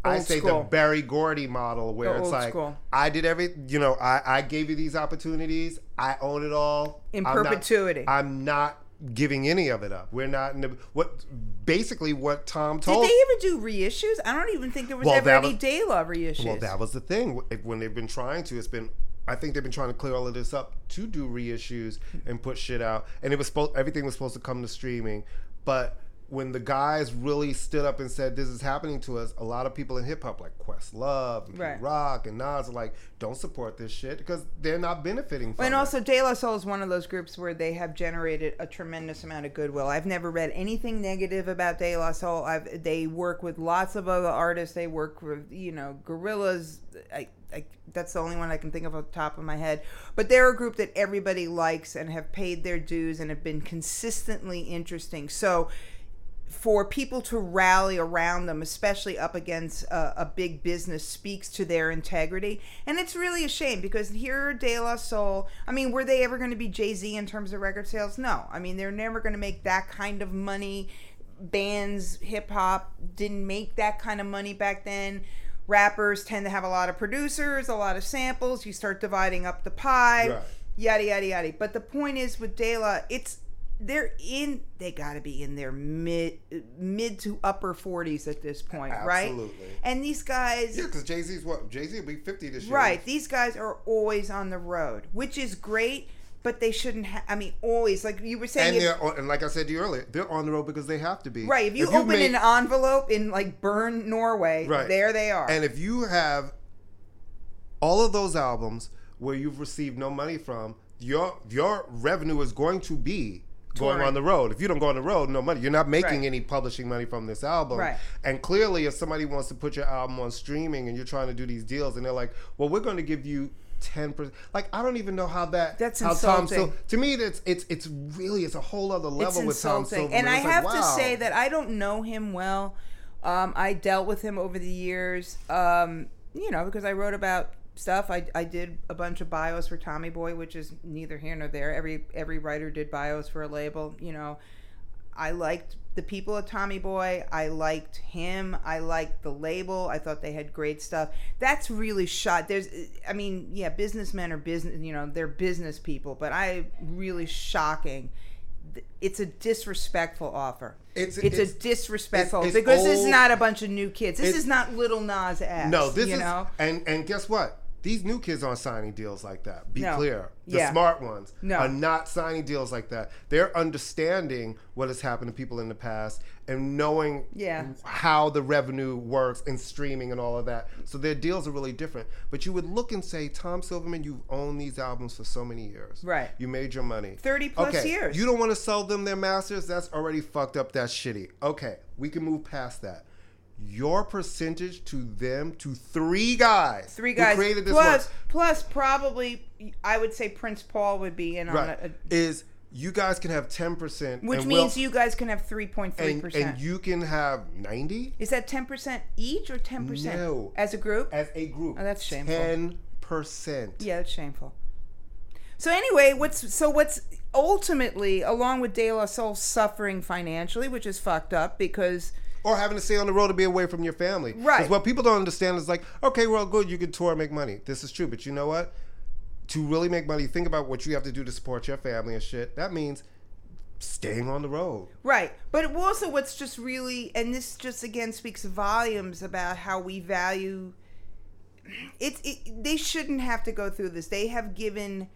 B: I
A: Old
B: say
A: school.
B: the Barry Gordy model where
A: The
B: it's
A: old
B: like
A: school.
B: I did every you know, I, I gave you these opportunities, I own it all.
A: In
B: I'm not-
A: perpetuity.
B: I'm not giving any of it up. We're not in the what basically what Tom
A: did
B: told
A: they ever do reissues? I don't even think there was
B: Oh. Well,
A: ever
B: that
A: any
B: was-
A: De La reissues.
B: Well, that was the thing If- when they've been trying to. It's been, I think they've been trying to clear all of this up to do reissues and put shit out. And it was supposed, everything was supposed to come to streaming, but when the guys really stood up and said this is happening to us, a lot of people in hip hop like Questlove, and Kid
A: Right.
B: Rock, and Nas are like, don't support this shit because they're not benefiting from
A: And
B: it.
A: also, De La Soul is one of those groups where they have generated a tremendous amount of goodwill. I've never read anything negative about De La Soul. I've, they work with lots of other artists. They work with, you know, Gorillas. I, I, that's the only one I can think of off the top of my head. But they're a group that everybody likes and have paid their dues and have been consistently interesting. So for people to rally around them, especially up against a, a big business, speaks to their integrity. And it's really a shame because here are De La Soul. I mean, were they ever going to be Jay Z in terms of record sales? No. I mean, they're never going to make that kind of money. Bands, hip hop didn't make that kind of money back then. Rappers tend to have a lot of producers, a lot of samples. You start dividing up the pie
B: Right.
A: yada yada yada. But the point is with De La, it's they're in they got to be in their mid mid to upper 40s at this point, right?
B: Absolutely.
A: And these guys
B: Yeah, because Jay Z's what Jay Z will be fifty this year.
A: Right. These guys are always on the road, which is great, but they shouldn't ha- I mean always like you were saying
B: And
A: if-
B: they're on, and like I said to you earlier, they're on the road because they have to be.
A: right, if you open
B: make-
A: an envelope in like Bern, Norway,
B: Right.
A: there they are.
B: And if you have all of those albums where you've received no money from, your your revenue is going to be going
A: Touring.
B: on the road. If you don't go on the road, no money. You're not making
A: Right.
B: any publishing money from this album.
A: Right.
B: And clearly if somebody wants to put your album on streaming and you're trying to do these deals and they're like, "Well, we're going to give you 10% like I don't even know how that
A: That's
B: how Tom Sil-
A: insulting.
B: to me it's it's it's really it's a whole other level with Tom Silverman.
A: And I
B: It's like,
A: have to
B: wow.
A: say that I don't know him well. Um, I dealt with him over the years, um, you know, because I wrote about stuff. I, I did a bunch of bios for Tommy Boy, which is neither here nor there. Every every writer did bios for a label, you know. I liked the people at Tommy Boy. I liked him. I liked the label. I thought they had great stuff. That's really shot. There's, I mean, yeah, businessmen are business, you know, they're business people, but I really shocking it's a disrespectful offer.
B: It's-
A: It's
B: it's-
A: a disrespectful
B: it's- it's
A: because this
B: old-
A: is not a bunch of new kids. This
B: it-
A: is not little Nas X.
B: No, this
A: you
B: is
A: know?
B: and and guess what? These new kids aren't signing deals like that. Be
A: No.
B: clear. The
A: Yeah.
B: smart ones
A: No.
B: are not signing deals like that. They're understanding what has happened to people in the past and knowing
A: Yeah.
B: how the revenue works and streaming and all of that. So their deals are really different. But you would look and say, Tom Silverman, you've owned these albums for so many years.
A: Right.
B: You made your money.
A: 30 plus
B: Okay,
A: years.
B: You don't want to sell them their masters. That's already fucked up. That's shitty. Okay, we can move past that. Your percentage to them to three guys.
A: Three guys
B: who created this
A: plus
B: work,
A: plus probably I would say Prince Paul would be in on
B: right?
A: it,
B: is you guys can have ten percent,
A: which means you guys can have three point three
B: and, and
A: percent.
B: you can have ninety
A: Is that ten percent each or ten percent
B: No.
A: as a group?
B: as a group.
A: Oh, that's shameful.
B: Ten percent.
A: Yeah, it's shameful. So anyway, what's so what's ultimately along with De La Soul suffering financially, which is fucked up because
B: or having to stay on the road to be away from your family.
A: Right.
B: Because what people don't understand is like, okay, well, good, you can tour and make money. This is true, but you know what? To really make money, think about what you have to do to support your family and shit. That means staying on the road.
A: right, but also what's just really and this just again speaks volumes about how we value it's it, they shouldn't have to go through this. They have given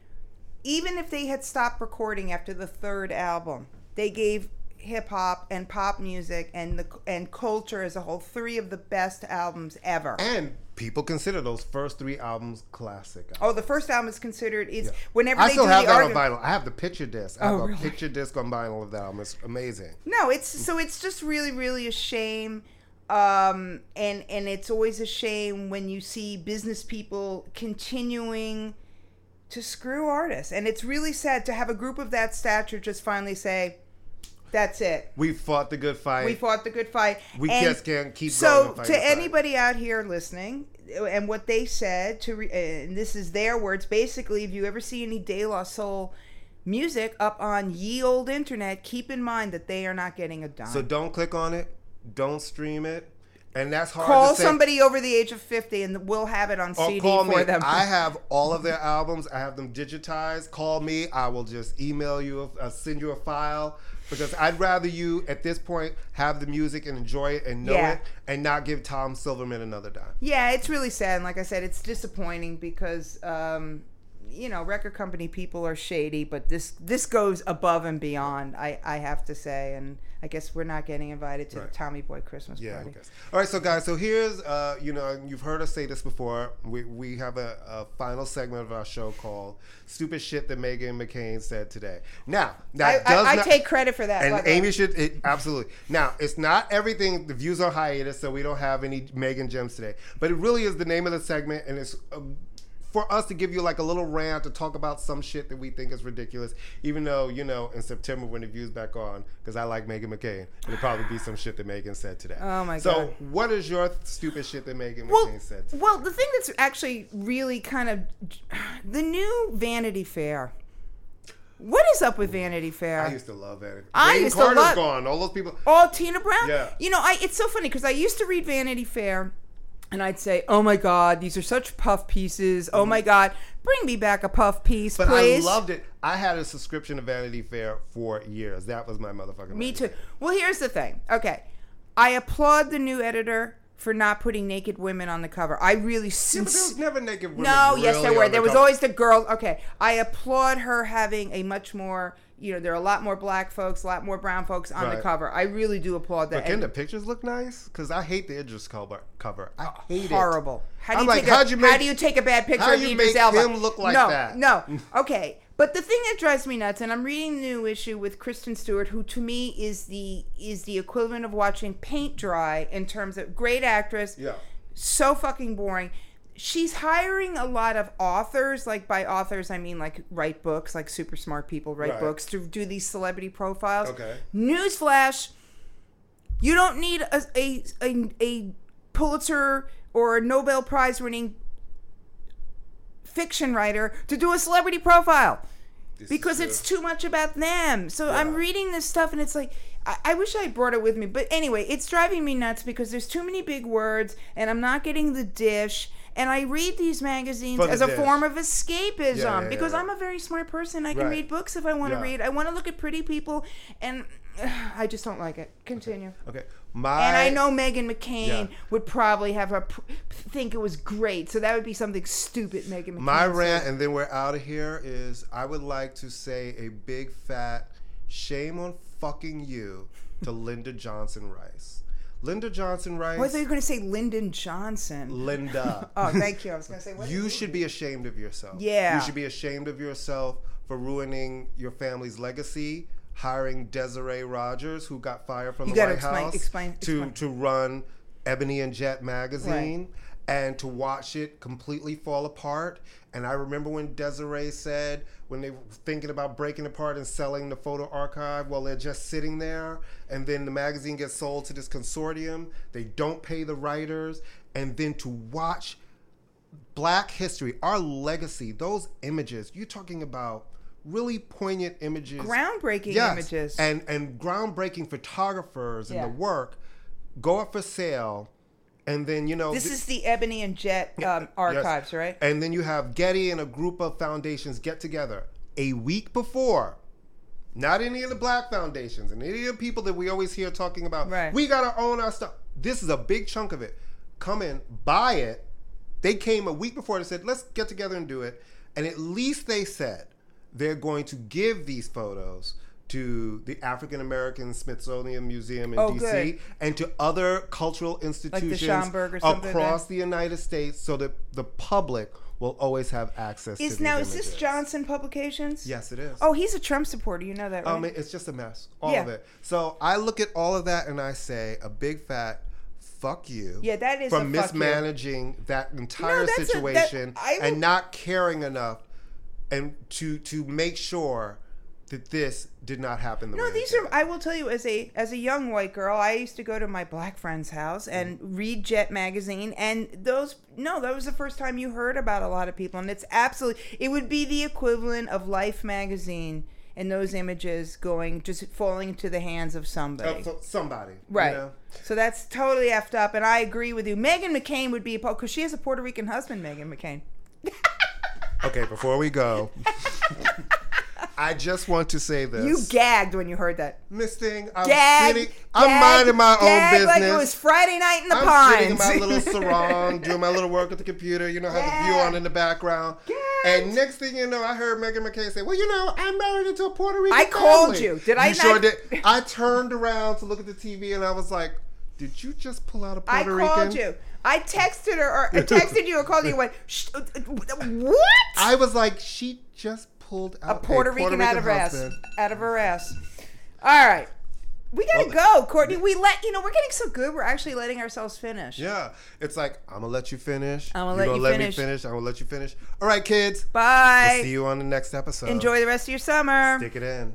A: even if they had stopped recording after the third album, they gave hip hop and pop music and the and culture as a whole three of the best albums ever.
B: And people consider those first three albums classic.
A: Oh, the first album is considered is whenever
B: I
A: they
B: still
A: do
B: have
A: the
B: that
A: argu-
B: on vinyl. I have the picture disc. I have
A: Oh,
B: a
A: really?
B: picture disc on vinyl of that album. It's amazing.
A: No, it's so it's just really really a shame. Um and and it's always a shame when you see business people continuing to screw artists. And it's really sad to have a group of that stature just finally say that's it.
B: We fought the good fight.
A: We fought the good fight.
B: We
A: And
B: just can't keep
A: So,
B: going and fighting
A: to
B: the fight.
A: anybody out here listening, and what they said to, re- and this is their words. Basically, if you ever see any De La Soul music up on ye old internet, keep in mind that they are not getting a dime.
B: So don't click on it. Don't stream it. And that's hard
A: Call
B: to say.
A: somebody over the age of fifty, and we'll have it on
B: Or
A: CD
B: Oh, call
A: for
B: me.
A: them.
B: I have all of their albums. I have them digitized. Call me. I will just email you. I'll send you a file because I'd rather you at this point have the music and enjoy it and know
A: Yeah.
B: it and not give Tom Silverman another dime.
A: yeah, it's really sad. And like I said, it's disappointing because. Um, you know, record company people are shady, but this this goes above and beyond. I I have to say, and I guess we're not getting invited to
B: Right.
A: the Tommy Boy Christmas
B: Yeah.
A: party.
B: I guess. All right. So guys, so here's uh, you know you've heard us say this before. We we have a, a final segment of our show called "Stupid Shit That Megan McCain Said Today." Now
A: I,
B: that
A: I,
B: does
A: I
B: not-
A: take credit for that. by
B: And
A: the way.
B: Amy should it, absolutely. Now it's not everything. The views are hiatus, so we don't have any Megan gems today. But it really is the name of the segment, and it's uh, for us to give you like a little rant to talk about some shit that we think is ridiculous. Even though you know, in September when the views back on, because I like Megan McCain, it'll probably be some shit that Megan said today.
A: Oh, my
B: So
A: God.
B: what is your stupid shit that Megan
A: well,
B: McCain said? Today?
A: well, the thing that's actually really kind of the new Vanity Fair. What is up with Vanity Fair?
B: I used to love it.
A: I
B: Jane
A: used to
B: Carter's
A: love-
B: gone. All those people.
A: Oh, Tina Brown.
B: Yeah.
A: You know, I it's so funny because I used to read Vanity Fair, and I'd say, "Oh my God, these are such puff pieces. Oh my God, bring me back a puff piece,
B: Mm-hmm. But
A: please."
B: I loved it. I had a subscription to Vanity Fair for years. That was my motherfucking.
A: Me
B: Vanity
A: too.
B: Fair.
A: Well, here's the thing. Okay, I applaud the new editor for not putting naked women on the cover. I really
B: Yeah, but there
A: sincerely.
B: was never naked women.
A: No, yes,
B: really
A: there were.
B: on the
A: There was
B: cover.
A: always the girls. Okay, I applaud her having a much more. You know, there are a lot more black folks, a lot more brown folks on
B: Right.
A: the cover. I really do applaud that.
B: But can
A: And
B: the pictures look nice? Because I hate the Idris Elba cover. I hate
A: Oh, horrible. How do
B: I'm
A: you
B: like,
A: take a,
B: how'd you
A: how
B: make-
A: do you take a bad picture
B: how
A: of
B: you
A: Idris
B: make
A: Elba?
B: him look like
A: no,
B: that?
A: No, okay. But the thing that drives me nuts, and I'm reading the new issue with Kristen Stewart, who to me is the is the equivalent of watching paint dry in terms of great actress.
B: it. Yeah.
A: so fucking boring. She's hiring a lot of authors, like by authors I mean like write books, like super smart people write
B: Right.
A: books to do these celebrity profiles.
B: Okay.
A: Newsflash: You don't need a a a, a Pulitzer or a Nobel Prize winning fiction writer to do a celebrity profile
B: This is
A: because
B: true.
A: it's too much about them. So I'm
B: Yeah.
A: reading this stuff and it's like, I, I wish I brought it with me. But anyway, it's driving me nuts because there's too many big words and I'm not getting the dish. and I read these magazines
B: For the
A: as a
B: dish.
A: form of escapism
B: Yeah, yeah,
A: because
B: yeah.
A: I'm a very smart person. I can
B: Right.
A: read books if I want to
B: Yeah.
A: read. I want to look at pretty people, and I just don't like it. Continue.
B: Okay. My
A: And I know Megan McCain
B: Yeah.
A: would probably have a pr- think it was great, so that would be something stupid. Megan McCain.
B: my
A: said.
B: rant, and then we're out of here. Is I would like to say a big fat shame on fucking you to Linda Johnson Rice. Linda Johnson Rice.
A: Oh, I thought you were going to say Lyndon Johnson.
B: Linda.
A: Oh, thank you. I was going to say what?
B: You should be ashamed of yourself.
A: Yeah.
B: You should be ashamed of yourself for ruining your family's legacy, hiring Desiree Rogers, who got fired from
A: You
B: the
A: gotta
B: White
A: explain-
B: House,
A: explain-
B: to
A: explain.
B: to run Ebony and Jet magazine, and to watch it completely fall apart. And I remember when Desiree said when they were thinking about breaking apart and selling the photo archive, well, they're just sitting there, and then the magazine gets sold to this consortium. They don't pay the writers, and then to watch black history, our legacy, those images, you're talking about really poignant images.
A: groundbreaking images.
B: And and groundbreaking photographers and
A: Yeah.
B: the work go up for sale and then you know
A: this
B: th-
A: is the Ebony and Jet um,
B: yes.
A: archives, right?
B: And then you have Getty and a group of foundations get together a week before. Not any of the black foundations and any of the people that we always hear talking about.
A: Right.
B: We gotta own our stuff. This is a big chunk of it. Come in, buy it. They came a week before and said, let's get together and do it. And at least they said they're going to give these photos to the African American Smithsonian Museum in
A: Oh,
B: DC
A: good.
B: and to other cultural institutions
A: Schomburg or something like that?
B: across the United States so that the public will always have access to
A: Is
B: these
A: now is this
B: images.
A: Johnson Publications?
B: Yes, it is.
A: Oh, he's a Trump supporter. You know that, right?
B: Um, it- it's just a mess. All of
A: Yeah.
B: it. So I look at all of that and I say a big fat fuck you.
A: Yeah, that is
B: for
A: a fuck you.
B: mismanaging that entire
A: that's a- that-
B: situation
A: I
B: and
A: will-
B: not caring enough and to to make sure that this did not happen the way
A: No,
B: it
A: these
B: did.
A: are. I will tell you, as a as a young white girl, I used to go to my black friend's house and
B: Mm-hmm.
A: read Jet magazine, and those. No, that was the first time you heard about a lot of people, and it's absolutely. It would be the equivalent of Life magazine and those images going just falling into the hands of somebody.
B: Uh, so- somebody. you
A: Right.
B: know?
A: So that's totally effed up, and I agree with you. Megan McCain would be a because she has a Puerto Rican husband. Megan McCain.
B: Okay, before we go. I just want to say this.
A: You gagged when you heard that.
B: Miss Thing, I'm
A: Gag,
B: sitting. I'm
A: gag,
B: minding my own
A: gag
B: business.
A: Like it was Friday night in the
B: I'm
A: pines.
B: sitting in my little sarong, doing my little work at the computer. You know, have the view
A: Gag.
B: on in the background.
A: Gag.
B: And next thing you know, I heard Megan McCain say, "Well, you know, I'm married into a Puerto Rican."
A: I called
B: family."
A: you. Did I
B: You sure
A: not-
B: did. I turned around to look at the TV, and I was like, "Did you just pull out a
A: I
B: Puerto Rican?"
A: called you. I texted her, or I texted you, or called you. and Went Shh, uh, uh, what?
B: I was like, "She just pulled out
A: A Puerto, Rican, out of her ass.
B: husband."
A: Out of her ass. All right, we gotta
B: Well,
A: go, Courtney. We let you know we're getting so good. We're actually letting ourselves finish.
B: Yeah, it's like I'm gonna let you finish.
A: I'ma
B: You
A: let
B: gonna
A: you
B: let
A: finish.
B: me finish. I'm gonna let you finish. All right, kids.
A: Bye.
B: See you on the next episode.
A: Enjoy the rest of your summer.
B: Stick it in.